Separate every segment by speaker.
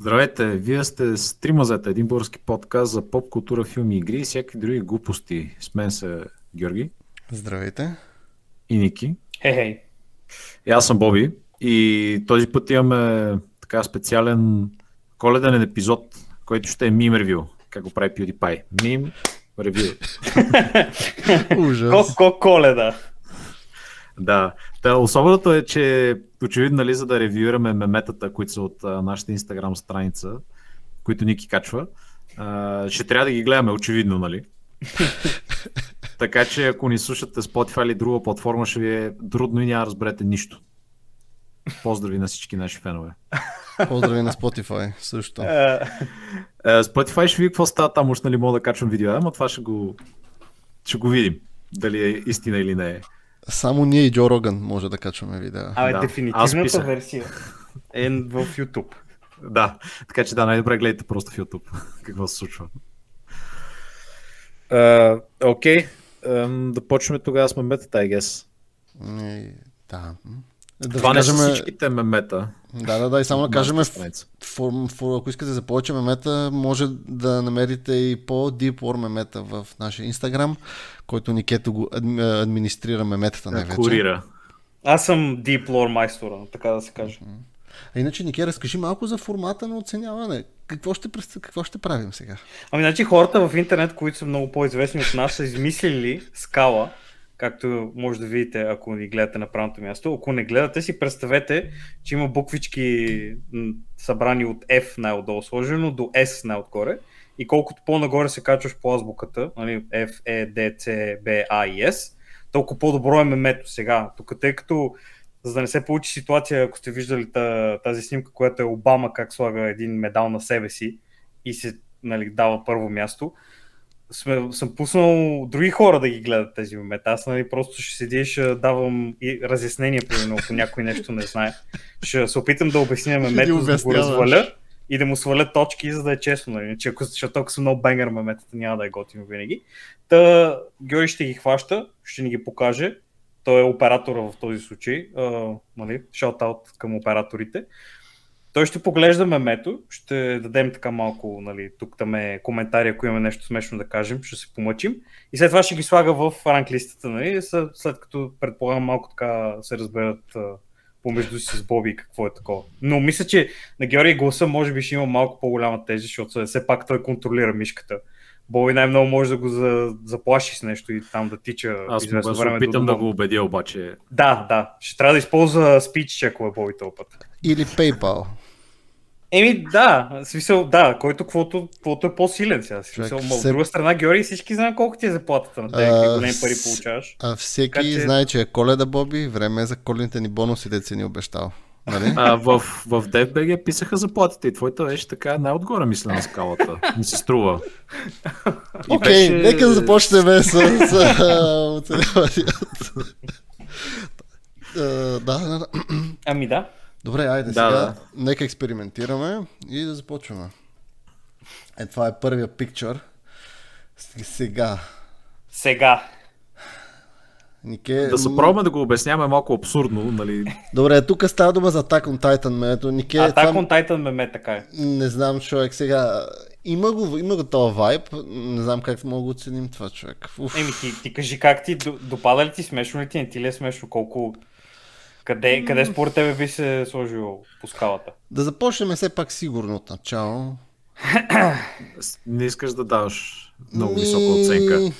Speaker 1: Здравейте, вие сте с Тримазета, един български подкаст за поп култура, филми, игри и всякакви други глупости. С мен са Георги
Speaker 2: Здравейте.
Speaker 1: и Ники.
Speaker 3: Хей, хей.
Speaker 1: И аз съм Боби. И този път имаме така специален коледен епизод, който ще е мим ревю, как го прави PewDiePie. Мим ревю.
Speaker 2: Ужас.
Speaker 3: Ко-ко коледа.
Speaker 1: Да. Та, особеното е, че очевидно, нали, за да ревюираме меметата, които са от а, нашата инстаграм страница, които Ники качва, а, ще трябва да ги гледаме, очевидно, нали? така че, ако ни слушате Spotify или друга платформа, ще ви е трудно и няма да разберете нищо. Поздрави на всички наши фенове.
Speaker 2: Поздрави на Spotify също.
Speaker 3: Е,
Speaker 1: Е, Spotify ще види какво става там, още нали мога да качвам видео, ама това ще го, ще го видим. Дали е истина или не е.
Speaker 2: Само ние и Джо Роган може да качваме видеа.
Speaker 3: Абе,
Speaker 1: Да.
Speaker 3: да.
Speaker 1: Аз
Speaker 3: дефинитивната
Speaker 1: писах.
Speaker 3: версия е в YouTube.
Speaker 1: Да, така че да, най-добре гледайте просто в YouTube какво се случва. Окей, okay. да почнем тогава с меметата, I guess.
Speaker 2: Е, Да. М. Да
Speaker 1: Това
Speaker 2: ви
Speaker 1: не са
Speaker 2: кажем-
Speaker 1: всичките мемета.
Speaker 2: Да, да, да, и само да кажем,
Speaker 1: Нашата страница.
Speaker 2: фор- фор- ако искате за повече мемета, може да намерите и по-deep war мемета в нашия инстаграм, който Никето го адми- администрира меметата най-вече.
Speaker 1: Курира.
Speaker 3: Аз съм Deep Lore майстора, така да се каже.
Speaker 2: А иначе, Нике, разкажи малко за формата на оценяване. Какво ще, пред- какво ще правим сега?
Speaker 3: Ами, значи хората в интернет, които са много по-известни от нас, са измислили скала, както може да видите, ако ни гледате на правилното място. Ако не гледате, си представете, че има буквички м, събрани от F най-отдолу сложено до S най-отгоре. И колкото по-нагоре се качваш по азбуката, нали, F, E, D, C, B, A и S, толкова по-добро е мемето сега. Тук, тъй като за да не се получи ситуация, ако сте виждали та- тази снимка, която е Обама как слага един медал на себе си и се нали, дава първо място, сме, съм пуснал други хора да ги гледат тези момента. Аз нали, просто ще седя и ще давам и разяснения, примерно, ако някой нещо не знае. Ще се опитам да обясня мемето, за да го
Speaker 2: обясняваш.
Speaker 3: разваля и да му сваля точки, за да е честно. Нали? Че ако, защото ако са много бенгър меметата, няма да е готино винаги. Та, Георги ще ги хваща, ще ни ги покаже. Той е оператора в този случай. А, нали? Шаут-аут към операторите. Той ще поглежда мемето, ще дадем така малко, нали, тук там е коментари, ако имаме нещо смешно да кажем, ще се помъчим. И след това ще ги слага в ранглистата, нали, са- след като предполагам малко така се разберат а, помежду си с Боби какво е такова. Но мисля, че на Георги гласа може би ще има малко по-голяма тежест, защото все пак той контролира мишката. Боби най-много може да го за, заплаши с нещо и там да тича
Speaker 1: Аз му
Speaker 3: известно
Speaker 1: се
Speaker 3: време.
Speaker 1: опитам
Speaker 3: до
Speaker 1: да
Speaker 3: дома.
Speaker 1: го убедя обаче.
Speaker 3: Да, да. Ще трябва да използва спич, ако е Боби този път.
Speaker 2: Или PayPal.
Speaker 3: Еми да, в смисъл, да, който каквото, каквото е по-силен сега. в Смисъл,
Speaker 2: Човек,
Speaker 3: ма, от
Speaker 2: се-
Speaker 3: друга страна, Георги, всички знаем колко ти е заплатата на тези
Speaker 2: А,
Speaker 3: какви големи пари
Speaker 2: с-
Speaker 3: получаваш.
Speaker 2: А
Speaker 3: Така
Speaker 2: всеки
Speaker 3: че-
Speaker 2: знае, че е коледа, Боби, време е за коледните ни бонуси, дет си ни обещал. Нали?
Speaker 1: А, в, в DFBG писаха заплатите и твоята беше така най-отгоре, мисля, на скалата. Ми се струва. И
Speaker 2: Окей,
Speaker 1: беше-
Speaker 2: нека да започнем с... с а, оценяванията. А, да, да, да.
Speaker 3: Ами да.
Speaker 2: Добре, айде
Speaker 1: Да,
Speaker 2: сега.
Speaker 1: да.
Speaker 2: Нека експериментираме и да започваме. Е, това е първия пикчър. Сега.
Speaker 3: Сега.
Speaker 2: Нике...
Speaker 1: Да се пробваме да го обясняваме малко абсурдно, нали?
Speaker 2: Добре, тук става дума за Attack on Titan, ме. Ето, Нике,
Speaker 3: Е, Атак
Speaker 2: това...
Speaker 3: on Titan меме така е.
Speaker 2: Не знам, човек, сега... Има го, има го този вайб, не знам как мога да оценим това, човек. Уф.
Speaker 3: Еми ти, ти кажи как ти, до- допада ли ти, смешно ли ти, не ти ли е смешно, колко... Къде, къде според тебе би се сложил по скалата?
Speaker 2: Да започнем все пак сигурно от начало.
Speaker 1: С- Не искаш да даваш много
Speaker 2: Ми-
Speaker 1: висока оценка.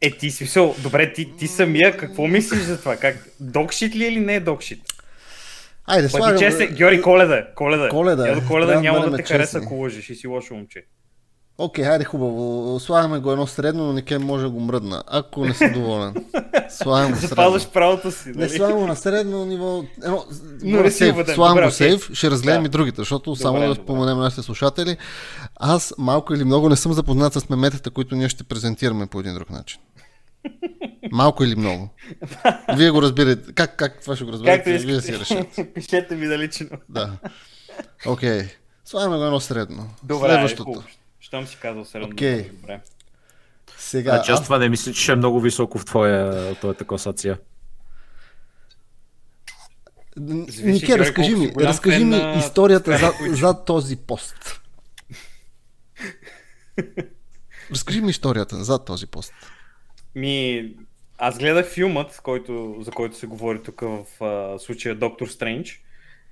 Speaker 3: Е, ти смисъл, добре, ти, ти самия, какво мислиш за това? Как, докшит ли е или не е докшит?
Speaker 2: Айде,
Speaker 3: Бъди честен,
Speaker 2: слагам...
Speaker 3: Георги, коледа, е, коледа. е.
Speaker 2: Е, Коледа е.
Speaker 3: Я до коледа
Speaker 2: Трябва да
Speaker 3: няма да
Speaker 2: бъдем
Speaker 3: те хареса,
Speaker 2: честни.
Speaker 3: ако лъжеш и си лошо момче.
Speaker 2: Окей, хайде хубаво. Слагаме го едно средно, но Нике може да го мръдна. Ако не си доволен. Слагам го средно.
Speaker 3: Запазваш правото си,
Speaker 2: Не
Speaker 3: нали?
Speaker 2: слагам го на средно ниво. Едно,
Speaker 3: Но
Speaker 2: горе
Speaker 3: не си
Speaker 2: сейф.
Speaker 3: убеден.
Speaker 2: Слагам
Speaker 3: Добре,
Speaker 2: го
Speaker 3: окей.
Speaker 2: сейф. Ще разгледам
Speaker 3: Да.
Speaker 2: и другите, защото само да
Speaker 3: добре.
Speaker 2: споменем нашите слушатели. Аз малко или много не съм запознат с меметата, които ние ще презентираме по един друг начин. Малко или много. Вие го разбирате. Как, как това ще го разберете?
Speaker 3: Както
Speaker 2: Вие си решите.
Speaker 3: искате. Пишете ми да лично.
Speaker 2: Да. Окей. Слагаме го едно средно.
Speaker 3: Добре,
Speaker 2: Следващото.
Speaker 3: е, хубаво. Щом си казал средно.
Speaker 2: Окей.
Speaker 3: Добре.
Speaker 2: Сега.
Speaker 1: Значи аз
Speaker 2: аз-
Speaker 1: това не мисля, че ще е много високо в твоя, твоята класация.
Speaker 3: Зависи,
Speaker 2: Нике,
Speaker 3: Георги,
Speaker 2: разкажи
Speaker 3: колко
Speaker 2: ми,
Speaker 3: си голям
Speaker 2: разкажи
Speaker 3: фен
Speaker 2: ми
Speaker 3: на
Speaker 2: историята
Speaker 3: Скрап
Speaker 2: за,
Speaker 3: Куйчо.
Speaker 2: за този пост. Разкажи ми историята за този пост.
Speaker 3: Ми, аз гледах филмът, който, за който се говори тук в а, случая Доктор Стрендж.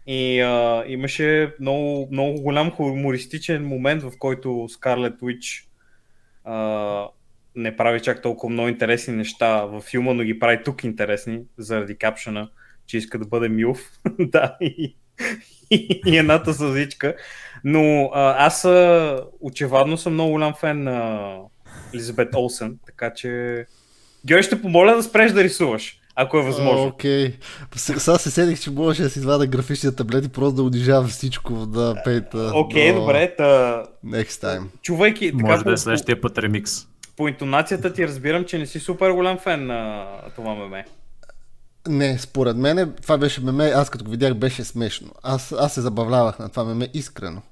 Speaker 3: И а, имаше много, много голям хумористичен момент, в който Скарлет Уич а, не прави чак толкова много интересни неща във филма, но ги прави тук интересни, заради капшена, че иска да бъде милф. да, и, и, и едната сълзичка. Но а, аз а, очевадно съм много голям фен на Елизабет Олсен, така че Георги ще помоля да спреш да рисуваш, ако е възможно.
Speaker 2: Окей. С- Сега се седих, че можеше да си извада графичния таблет и просто да унижавам всичко да пейта.
Speaker 3: Окей,
Speaker 2: но-
Speaker 3: добре, та...
Speaker 2: Next time.
Speaker 3: Чувайки, така,
Speaker 1: Може да е
Speaker 3: по-
Speaker 1: следващия път ремикс.
Speaker 3: по интонацията ти разбирам, че не си супер голям фен на това меме.
Speaker 2: Не, според мен това беше меме, аз като го видях беше смешно. Аз, аз се забавлявах на това меме искрено.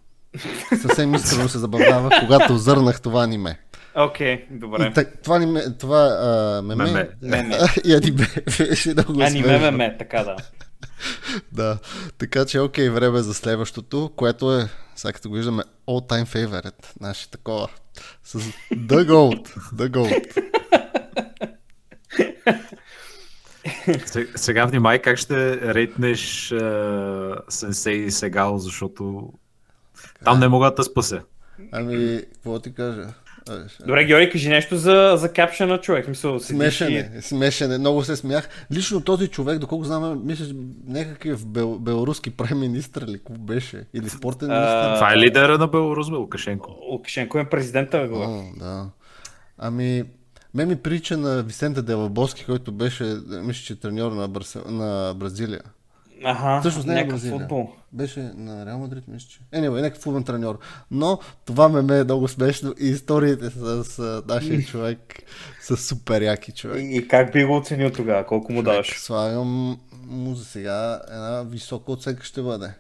Speaker 2: Съвсем искрено се забавлявах, когато зърнах това аниме.
Speaker 3: Окей, добре.
Speaker 2: И так, това аниме, това а, меме,
Speaker 1: Меме.
Speaker 3: Меме.
Speaker 2: и аниме беше много
Speaker 3: Аниме
Speaker 2: смешно.
Speaker 3: меме, така да.
Speaker 2: Да, така че окей, време е за следващото, което е, сега като го виждаме, all time favorite, наше такова. С The Gold, The Gold.
Speaker 1: Се- Сега внимай как ще рейтнеш е, Сенсей и Сегал, защото там не могат да спася.
Speaker 2: Ами, какво ти кажа? А, ще-
Speaker 3: Добре, Георги, кажи нещо за, за капшена човек. Мисъл, седиш
Speaker 2: Смешен
Speaker 3: и-
Speaker 2: е, смешен е. Много се смях. Лично този човек, доколко знам, мисля, че някакъв бел, белоруски преминистр или какво беше? Или спортен министр?
Speaker 1: Това е лидера на Беларус, бе, Лукашенко.
Speaker 3: Лукашенко е президента, бе, бе.
Speaker 2: О, да. Ами, ме ми прилича на Висента Делабоски, който беше, мисля, че треньор на, Барсе... на Бразилия.
Speaker 3: Аха,
Speaker 2: Всъщност не е
Speaker 3: някакъв
Speaker 2: Бразилия.
Speaker 3: футбол.
Speaker 2: Беше на Реал Мадрид, мисля, че. Е, не, бе, някакъв футболен треньор. Но това ме, ме е много смешно и историите с, с нашия човек са супер яки, човек.
Speaker 3: И, и как би го оценил тогава? Колко му
Speaker 2: Човек,
Speaker 3: даваш?
Speaker 2: Слагам му за сега една висока оценка ще бъде.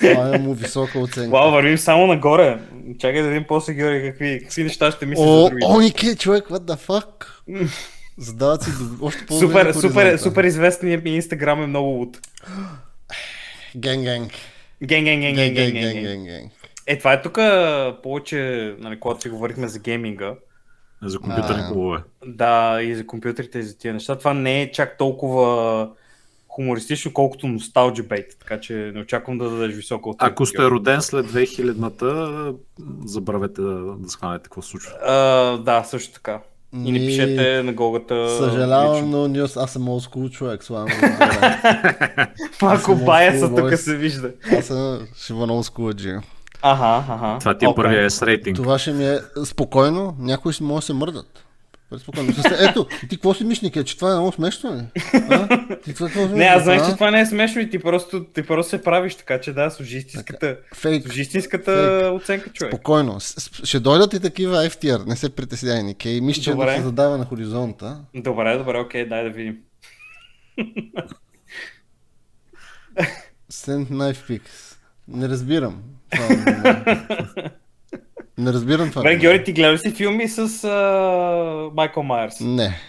Speaker 2: Слагам му висока оценка.
Speaker 3: Вау, вървим само нагоре. Чакай да видим после, Георги, какви, какви неща ще мислиш за
Speaker 2: О,
Speaker 3: други.
Speaker 2: о, Нике, човек, what the fuck? Задават си доб- още по
Speaker 3: Супер, супер, супер известният ми инстаграм е много луд.
Speaker 2: Генг, генг.
Speaker 3: Ген, ген, ген, ген,
Speaker 2: Генг,
Speaker 3: ген,
Speaker 2: генг,
Speaker 3: ген,
Speaker 2: генг,
Speaker 3: ген.
Speaker 2: генг, генг.
Speaker 3: Е, това е тук повече, нали, когато си говорихме за гейминга.
Speaker 1: За компютърни
Speaker 2: А.
Speaker 1: клубове.
Speaker 3: Да, и за компютрите, и за тия неща. Това не е чак толкова хумористично, колкото носталджи бейт. Така че не очаквам да дадеш високо от
Speaker 1: Ако сте роден след 2000-та, забравете да, да схванете какво се случва.
Speaker 3: А, да, също така. И не
Speaker 2: Ми,
Speaker 3: пишете на голгата.
Speaker 2: Съжалявам,
Speaker 3: лично.
Speaker 2: но ние аз съм old school човек, слагам. го за сега.
Speaker 3: Малко
Speaker 2: съм
Speaker 3: баяса
Speaker 2: old school
Speaker 3: тук
Speaker 2: boys.
Speaker 3: се вижда.
Speaker 2: Аз съм шиван old school джи.
Speaker 3: Аха, аха.
Speaker 1: Това ти е
Speaker 3: Окей.
Speaker 1: първия с рейтинг.
Speaker 2: Това ще ми е спокойно, някои си може да се мърдат. Е, Спокойно. Ето, ти какво си мислиш, Нике, че това е много смешно ли? А? Ти какво- какво си
Speaker 3: Не, аз
Speaker 2: мислиш,
Speaker 3: знаеш,
Speaker 2: а?
Speaker 3: че това не е смешно и ти просто, ти просто се правиш, така че да, служи истинската,
Speaker 2: Фейк.
Speaker 3: служи истинската
Speaker 2: Фейк.
Speaker 3: оценка, човек.
Speaker 2: Спокойно. С- с- Ще дойдат и такива FTR, не се притесняй, Никей. Мисля, че едно
Speaker 3: Добре.
Speaker 2: се задава на хоризонта.
Speaker 3: Добре, добре, окей, дай да видим.
Speaker 2: Send knife picks. Не разбирам. това аниме. Не разбирам това.
Speaker 3: Добре,
Speaker 2: аниме.
Speaker 3: Георги, ти гледаш си филми с а, Майкъл Майерс.
Speaker 2: Не.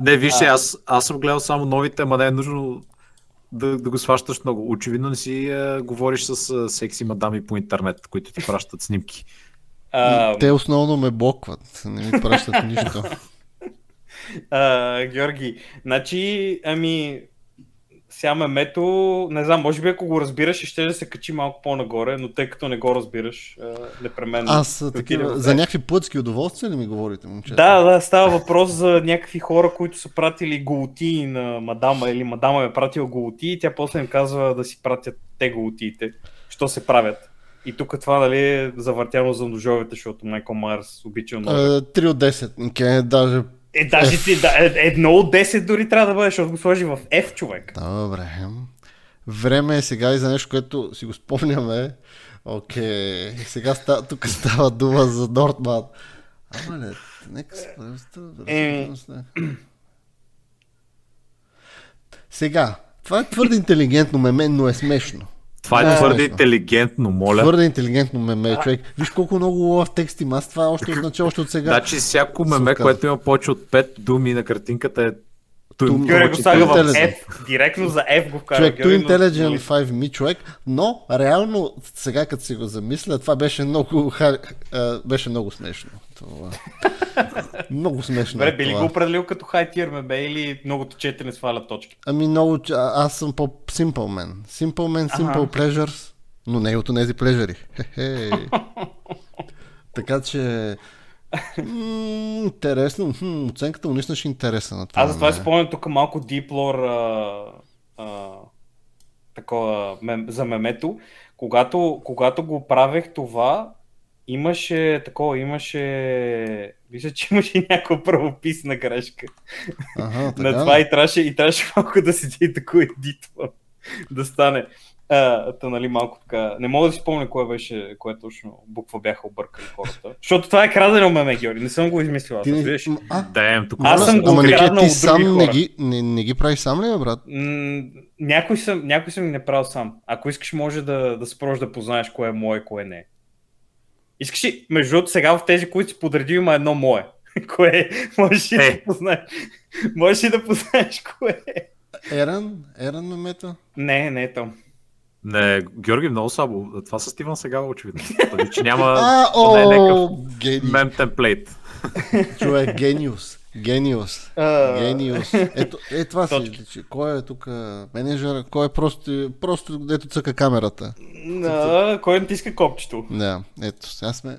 Speaker 1: Не, вижте, аз, аз съм гледал само новите, ама не е нужно да, да го сващаш много. Очевидно не си а, говориш с а, секси мадами по интернет, които ти пращат снимки.
Speaker 3: А,
Speaker 2: Те основно ме блокват. Не ми пращат нищо.
Speaker 3: а, Георги, значи, ами, сега мемето, не знам, може би ако го разбираш, ще да се качи малко по-нагоре, но тъй като не го разбираш, а, непременно.
Speaker 2: Аз
Speaker 3: ще отиде
Speaker 2: такива...
Speaker 3: в
Speaker 2: За някакви плътски удоволствия ли ми говорите, момчета?
Speaker 3: Да, да, става въпрос за някакви хора, които са пратили голотии на мадама или мадама е пратила голотии и тя после им казва да си пратят те голотиите, що се правят. И тук това нали е завъртяно за ножовете, защото Майкъл Марс обича ножове.
Speaker 2: Е, 3 от 10. Никей, даже...
Speaker 3: Е, даже ти, да, е- едно от 10 дори трябва да бъде, защото го сложи в F човек.
Speaker 2: Добре. Време е сега и за нещо, което си го спомняме. Окей. Сега ста... тук става дума за Дортман. Ама ле, нека се превръща-
Speaker 3: Еми.
Speaker 2: Сега, това е твърде интелигентно меме, но е смешно.
Speaker 1: Това
Speaker 2: Да.
Speaker 1: е твърде интелигентно, моля.
Speaker 2: Твърде интелигентно меме, човек. Виж колко много лов текст има. Аз това още от начало, още от сега.
Speaker 1: Значи всяко меме,
Speaker 2: Супер.
Speaker 1: което има повече от 5 думи на картинката е Ту-
Speaker 3: Георги го слага в
Speaker 2: Intelligent.
Speaker 3: F, директно за F го вкара.
Speaker 2: Значи, Човек, е
Speaker 3: Георги,
Speaker 2: Too
Speaker 3: но-
Speaker 2: Intelligent 5 ми човек, но реално сега като си го замисля, това беше много, ха- а, беше много смешно. Това. много смешно.
Speaker 3: Добре,
Speaker 2: е
Speaker 3: би ли
Speaker 2: това.
Speaker 3: го определил като high tier мебе или многото четене сваля точки?
Speaker 2: Ами много, че- а, аз съм по-simple man. Simple man, simple
Speaker 3: Аха.
Speaker 2: pleasures, но не и от тези плежери. Хе-хе. така че... м, интересно, хм, оценката му наистина ще е интересна на това.
Speaker 3: Аз затова
Speaker 2: не.
Speaker 3: си спомням тук малко Deep Lore а, а, такова мем, за мемето. Когато, когато го правех това, имаше такова, имаше... Мисля, че имаше някаква правописна грешка.
Speaker 2: Ага, така,
Speaker 3: на това и трябваше, и трябваше малко да седи и тако едитва, да стане. А, та, нали, малко така. Не мога да си спомня кое беше, кое точно буква бяха объркали хората. Защото това е крадено меме, Георги. Не съм го измислил. Аз,
Speaker 2: Ти не...
Speaker 3: разбираш?
Speaker 2: м, А,
Speaker 1: Да, ем, тук.
Speaker 3: Аз съм го
Speaker 2: ама не,
Speaker 3: откраднал от
Speaker 2: ти
Speaker 3: други
Speaker 2: сам не
Speaker 3: хора.
Speaker 2: ги, не, не ги правиш сам ли, бе, брат?
Speaker 3: М, някой, съм, някой съм ги направил сам. Ако искаш, може да, да спреш да познаеш кое е мое, кое не е. Искаш ли, между другото, сега в тези, които си подредил, има едно мое. Кое е? Можеш ли да
Speaker 1: Е.
Speaker 3: познаеш? Можеш ли да познаеш кое е?
Speaker 2: Ерен? Ерен мемета?
Speaker 3: Не, не е там.
Speaker 1: Не, Георги, много слабо. Това с Стивън сега очевидно. Тъй, че няма
Speaker 2: А,
Speaker 1: поне някакъв
Speaker 2: о, гений.
Speaker 1: мем темплейт.
Speaker 2: Човек, гениус. Гениус.
Speaker 3: А.
Speaker 2: Гениус. Ето, е това си.
Speaker 3: Точка.
Speaker 2: че Кой е тук менеджера? Кой е просто, просто дето цъка камерата?
Speaker 3: На, кой натиска копчето?
Speaker 2: Да, ето. Сега сме...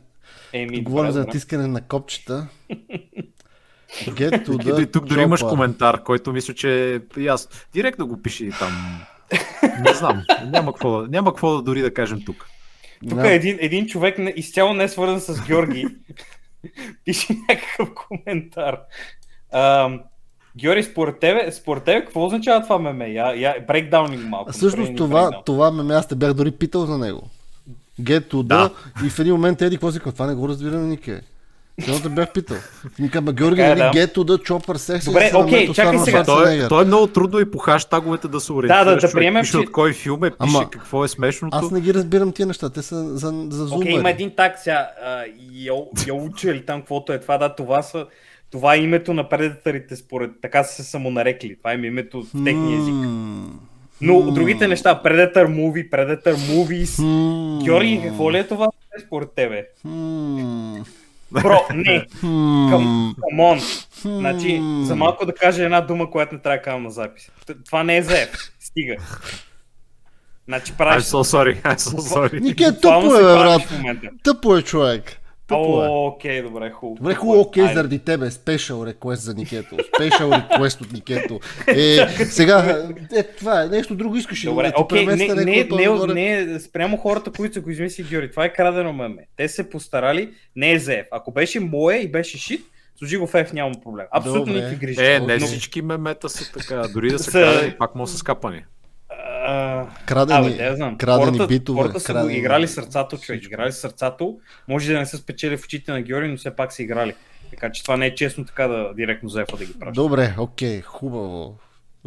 Speaker 3: Еми,
Speaker 2: Говорим
Speaker 3: добре,
Speaker 2: за
Speaker 3: добре.
Speaker 2: натискане на копчета. Get to
Speaker 1: И
Speaker 2: the
Speaker 1: Е, тук дори имаш
Speaker 2: chopper.
Speaker 1: коментар, който мисля, че е ясно. Директно го пиши там. Не знам. Няма какво, да- няма какво да дори да кажем тук.
Speaker 3: Тук
Speaker 2: Да.
Speaker 3: е един, един човек не- изцяло не е свързан с Георги. Пише някакъв коментар. Ам, Георги, според тебе, според тебе какво означава това меме? Я, я, брейкдаунинг малко.
Speaker 2: А
Speaker 3: направи
Speaker 2: всъщност
Speaker 3: ни
Speaker 2: това,
Speaker 3: брейкдаун.
Speaker 2: това ме аз те бях дори питал за него. Get to да.
Speaker 1: Да.
Speaker 2: и в един момент Еди какво си казва, това не го разбирам никъде. Защото те бях питал. Ми казва, Георги,
Speaker 3: Така е,
Speaker 2: нали
Speaker 3: да.
Speaker 2: get to the chopper sex
Speaker 3: Добре, окей, чакай сега.
Speaker 1: Той, е- той е много трудно и по хаштаговете да се ориентираш.
Speaker 3: да
Speaker 1: човек
Speaker 3: приемем,
Speaker 1: пише
Speaker 3: че-
Speaker 1: от кой филм е, пише
Speaker 2: Ама-
Speaker 1: какво е смешното.
Speaker 2: Аз не ги разбирам тия неща, те са за, за зумбари.
Speaker 3: Окей, има един так сега. а, Йо- Йоучо или там каквото е това. Да, това са това е името на предатарите, според така са се самонарекли. Това им е името в техния език.
Speaker 2: М,
Speaker 3: Но другите неща, Predator Movie, Predator Movies,
Speaker 2: м,
Speaker 3: Георги, какво ли е това според тебе?
Speaker 2: м,
Speaker 3: Бро, не,
Speaker 2: м,
Speaker 3: към, камон. Значи,
Speaker 2: м.
Speaker 3: за малко да кажа една дума, която не трябва да казвам на запис. Т- Това не е за F. Стига. Значи
Speaker 1: I'm
Speaker 3: правиш...
Speaker 1: so sorry, I'm so sorry.
Speaker 2: Ники е
Speaker 3: буквално
Speaker 2: тъпо е,
Speaker 3: се
Speaker 2: бе,
Speaker 3: правиш
Speaker 2: брат.
Speaker 3: в момента.
Speaker 2: Тъпо е, човек. Тъпо е.
Speaker 3: О, Окей, добре, хубаво.
Speaker 2: Добре, хубаво, окей,
Speaker 3: Айде.
Speaker 2: заради тебе. Спешъл реквест за Никето. Спешъл реквест от Никето. Е, сега, е, това е нещо друго искаш ли?
Speaker 3: Добре,
Speaker 2: Ти
Speaker 3: окей, не,
Speaker 2: нали, премести
Speaker 3: не, не,
Speaker 2: някой отгоре.
Speaker 3: не, не, спрямо хората, които са го измислили, Георги, това е крадено меме. Те се постарали, не е за F. Ако беше мое и беше шит, служи го в F, няма проблем. Абсолютно
Speaker 2: Добре.
Speaker 3: никакви грижи.
Speaker 1: Е, не
Speaker 3: Но-
Speaker 1: всички мемета са така. Дори да са
Speaker 3: Са-
Speaker 1: крадени, пак му са скапани.
Speaker 3: А,
Speaker 2: Крадени-
Speaker 3: Абе, да, я знам.
Speaker 2: крадени
Speaker 3: хората,
Speaker 2: битове,
Speaker 3: Хората са
Speaker 2: крадени-
Speaker 3: го играли сърцато, човек.
Speaker 2: всичко.
Speaker 3: Играли сърцато. Може да не са спечели в очите на Георги, но все пак са играли. Така че това не е честно така да директно заефа да ги праща.
Speaker 2: Добре, окей, хубаво.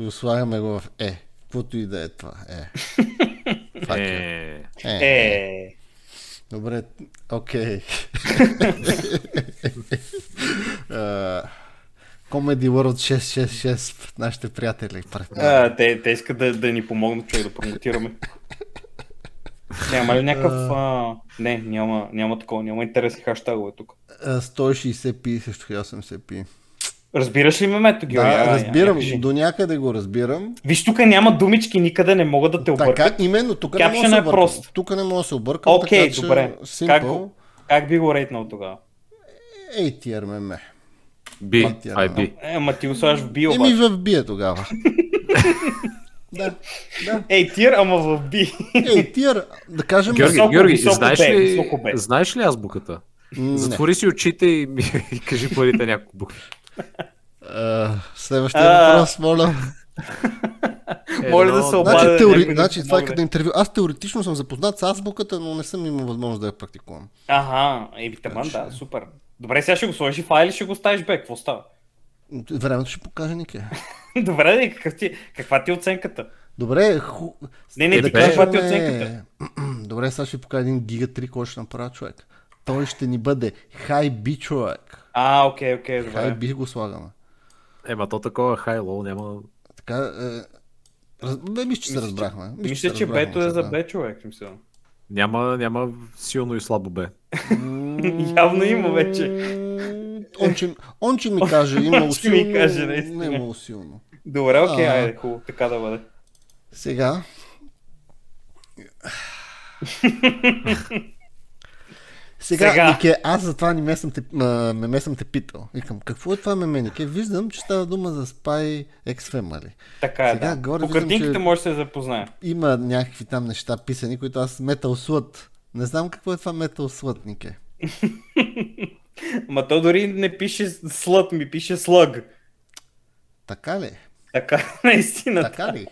Speaker 2: И Слагаме го в Е. Каквото и да е това. Е. Fuck you.
Speaker 1: Е,
Speaker 2: Е.
Speaker 3: Е,
Speaker 2: Добре, окей. А, Comedy World 666, нашите приятели. партньори.
Speaker 3: а, те, те искат да, да ни помогнат, човек, да промотираме. Няма ли някакъв... А... Не, няма, няма такова, няма интересни хаштагове тук.
Speaker 2: А, 160 пи срещу 1080 пи.
Speaker 3: Разбираш ли мемето, Георги?
Speaker 2: Да,
Speaker 3: А, я, я,
Speaker 2: разбирам,
Speaker 3: кажи.
Speaker 2: до някъде го разбирам.
Speaker 3: Виж, тук няма думички, никъде не могат да те объркат.
Speaker 2: Така, именно, тук не може да
Speaker 3: Капшън
Speaker 2: се
Speaker 3: е
Speaker 2: объркам.
Speaker 3: прост.
Speaker 2: Тук не може да се объркам,
Speaker 3: Окей,
Speaker 2: така че
Speaker 3: добре. Как,
Speaker 2: simple,
Speaker 3: го- как би го рейтнал тогава?
Speaker 2: ей ти ермеме.
Speaker 1: би,
Speaker 2: Матия,
Speaker 1: ай
Speaker 2: да.
Speaker 1: би.
Speaker 3: Е, ма ти го слагаш в био,
Speaker 2: Еми в бие тогава. да, да.
Speaker 3: Ей, тир, ама в би.
Speaker 2: Ей, тир, да кажем...
Speaker 1: Георги,
Speaker 3: Високо,
Speaker 1: Георги,
Speaker 3: високо
Speaker 1: знаеш,
Speaker 3: бе,
Speaker 1: ли,
Speaker 3: високо бе.
Speaker 1: знаеш ли азбуката?
Speaker 2: М, не.
Speaker 1: Затвори си очите и, ми, и кажи парите няколко букви.
Speaker 2: А, Следващия
Speaker 3: А.
Speaker 2: въпрос, моля.
Speaker 3: Моля да
Speaker 1: Едно,
Speaker 3: се
Speaker 1: две.
Speaker 3: обадя.
Speaker 2: Значи,
Speaker 3: да,
Speaker 2: теори...
Speaker 3: някой да
Speaker 2: значи това е
Speaker 3: помогне.
Speaker 2: като интервю. Аз теоретично съм запознат с азбуката, но не съм имал възможност да я практикувам.
Speaker 3: Аха, еби таман, да, супер. Добре, сега ще го сложиш и файл или ще го оставиш бе? Какво става?
Speaker 2: Времето ще покаже, Нике.
Speaker 3: Добре, де, какъв ти, каква ти е оценката?
Speaker 2: Добре, ху...
Speaker 3: Не, не, ти
Speaker 1: Е, бе.
Speaker 3: кажеш каква ти е
Speaker 2: кажем,
Speaker 3: оценката.
Speaker 2: Добре, сега ще ви покажа един гига 3, който ще направя човек. Той ще ни бъде хай би човек.
Speaker 3: А, окей, окей,
Speaker 2: Хай
Speaker 3: добре.
Speaker 2: би го слагаме.
Speaker 1: Ема то такова хайло няма...
Speaker 2: Така, е, раз... бе, мисля, че се
Speaker 3: Мисля, че-
Speaker 2: разбрахме. Мисля,
Speaker 3: Мисля,
Speaker 2: се
Speaker 3: че
Speaker 2: разбрахме,
Speaker 3: бето е за
Speaker 2: да.
Speaker 3: бе човек, мисля.
Speaker 1: Няма, няма силно и слабо бе.
Speaker 2: М,
Speaker 3: Явно има вече.
Speaker 2: Онче, онче ми каже, имало
Speaker 3: Онче ми
Speaker 2: силно,
Speaker 3: каже,
Speaker 2: не
Speaker 3: наистина.
Speaker 2: имало силно.
Speaker 3: Добре, окей,
Speaker 2: А.
Speaker 3: айде, хубаво, така да бъде.
Speaker 2: Сега. Сега,
Speaker 3: Сега.
Speaker 2: Нике, аз затова не ме съм те, а, не ме съм те питал. Викам, какво е това меме, Нике? Виждам, че става дума за Spy X нали? Family.
Speaker 3: Така е,
Speaker 2: Сега
Speaker 3: да.
Speaker 2: горе
Speaker 3: По
Speaker 2: виждам,
Speaker 3: картинките
Speaker 2: че-
Speaker 3: може да се запознае.
Speaker 2: Има някакви там неща писани, които аз Metal Slut. Не знам какво е това Metal Slut, Нике.
Speaker 3: Ма то дори не пише слът, ми пише слъг.
Speaker 2: Така ли?
Speaker 3: Така, наистина.
Speaker 2: Така ли?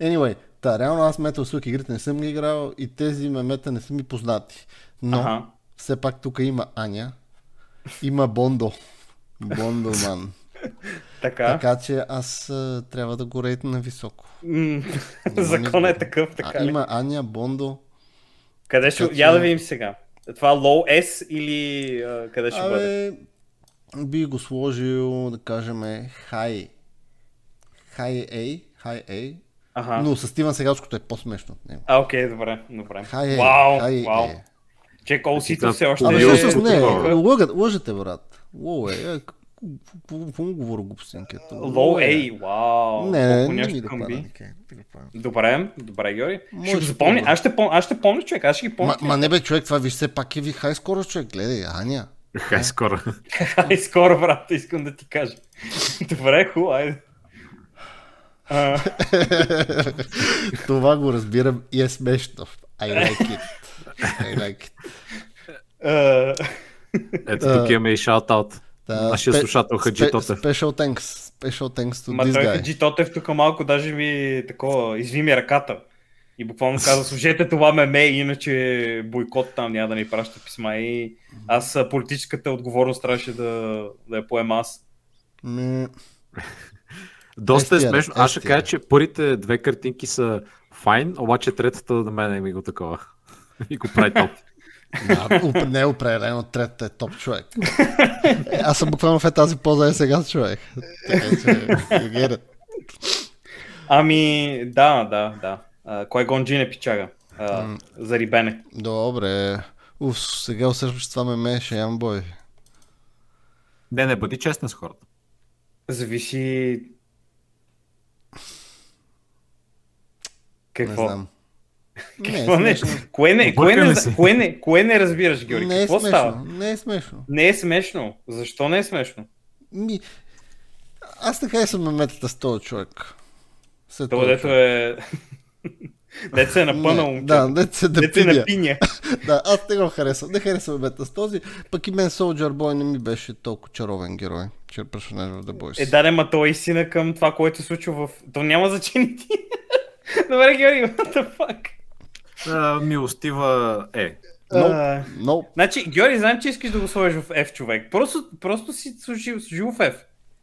Speaker 2: Anyway, та, реално аз Metal Slug игрите не съм ги играл и тези мемета не са ми познати. Но,
Speaker 3: Аха.
Speaker 2: все пак тук има Аня, има Бондо. Бондоман.
Speaker 3: Така.
Speaker 2: така че аз а, трябва да го рейтна високо.
Speaker 3: М,
Speaker 2: Няма избор.
Speaker 3: Законът е такъв,
Speaker 2: а,
Speaker 3: така ли?
Speaker 2: има Аня, Бондо.
Speaker 3: Къде ще...
Speaker 2: Така че-
Speaker 3: Я да видим сега. Това low S или а, къде ще бъде?
Speaker 2: Абе, би го сложил, да кажем, High. High A. High A.
Speaker 3: Аха.
Speaker 2: Но с Стивън Сегашкото е по-смешно от него.
Speaker 3: А, окей, добре, добре.
Speaker 2: High A.
Speaker 3: вау,
Speaker 2: high
Speaker 3: вау.
Speaker 2: A.
Speaker 3: Че колсито все още
Speaker 2: Абе,
Speaker 1: Е,
Speaker 2: всъщност
Speaker 1: е,
Speaker 2: е. не,
Speaker 1: такова, бе.
Speaker 2: лъгат, лъжете, брат. Лоу е, е, какво му говоря глупсинки?
Speaker 3: Low A, вау.
Speaker 2: е. Не, не,
Speaker 3: Колко
Speaker 2: не,
Speaker 3: нещо
Speaker 2: ми да
Speaker 3: към
Speaker 2: пада,
Speaker 3: би.
Speaker 2: Нике, не ми пада.
Speaker 3: Добре, добре, Георги. Ще
Speaker 2: Може
Speaker 3: го запомня.
Speaker 2: да.
Speaker 3: Аз ще, пом... аз ще помня, човек. Аз ще ги помня.
Speaker 2: Ма, ма не бе, човек, това виж все пак е ви хай скоро, човек. Гледай, Аня.
Speaker 1: Хай скоро.
Speaker 3: Ай, скоро, брат, искам да ти кажа. Добре, хубаво, айде. А,
Speaker 2: Това го разбирам и е смешно. I like it. I like it.
Speaker 3: а,
Speaker 1: Ето
Speaker 2: Да.
Speaker 1: тук имаме и шаут-аут.
Speaker 2: Да,
Speaker 1: Нашия
Speaker 2: спе-
Speaker 1: слушател Хаджи
Speaker 2: спе-
Speaker 1: Тотев.
Speaker 2: Special thanks. Special thanks to
Speaker 3: Ма
Speaker 2: this
Speaker 3: той е
Speaker 2: guy.
Speaker 3: Хаджи Тотев тук малко даже ми такова, изви ми ръката. И буквално каза, служете това меме, иначе бойкот там няма да ни праща писма. И аз а, политическата отговорност трябваше да, да я поема аз.
Speaker 2: М,
Speaker 1: Доста е
Speaker 2: Естия,
Speaker 1: смешно. Аз ще
Speaker 2: естия.
Speaker 1: кажа, че първите две картинки са файн, обаче третата на мен е ми го такова. И го прави топ.
Speaker 2: да, уп- Не, определено третата е топ човек. Е, Аз съм буквално в е тази поза е сега човек. Така че, you get it.
Speaker 3: Ами, да, да, да. А, кой гонджи не пичага? А, за рибене.
Speaker 2: Добре. Уф, сега усещам, че това ме меше, ям бой.
Speaker 1: Не, не, бъди честен с хората.
Speaker 3: Зависи...
Speaker 2: Не
Speaker 3: Какво?
Speaker 2: знам. Не е
Speaker 3: Какво не,
Speaker 2: смешно.
Speaker 3: кое, не, кое,
Speaker 1: Объркаме
Speaker 3: не,
Speaker 1: се.
Speaker 3: кое, не, кое не разбираш, Георги?
Speaker 2: Не е
Speaker 3: Какво става?
Speaker 2: смешно. Не е смешно.
Speaker 3: Не е смешно. Защо не е смешно?
Speaker 2: Ми... Аз така и съм меметата с този човек. След
Speaker 3: То, дето е... дето се е напънал
Speaker 2: Не,
Speaker 3: момче.
Speaker 2: Да, не се да
Speaker 3: дето е
Speaker 2: пиня.
Speaker 3: на пиня.
Speaker 2: Да, аз не го харесвам. Не харесвам мемета с този. Пък и мен Soldier Boy не ми беше толкова чаровен герой. Че персонаж в The Boys.
Speaker 3: Е, даде, ма той истина към това, което се случва в... То няма значение ти. Добре, Георги, what the fuck?
Speaker 1: А, милостива е.
Speaker 2: Nope.
Speaker 3: А,
Speaker 2: Nope.
Speaker 3: Значи, Георги, знам, че искаш да го сложиш в F, човек. Просто, просто си служи, служи в F.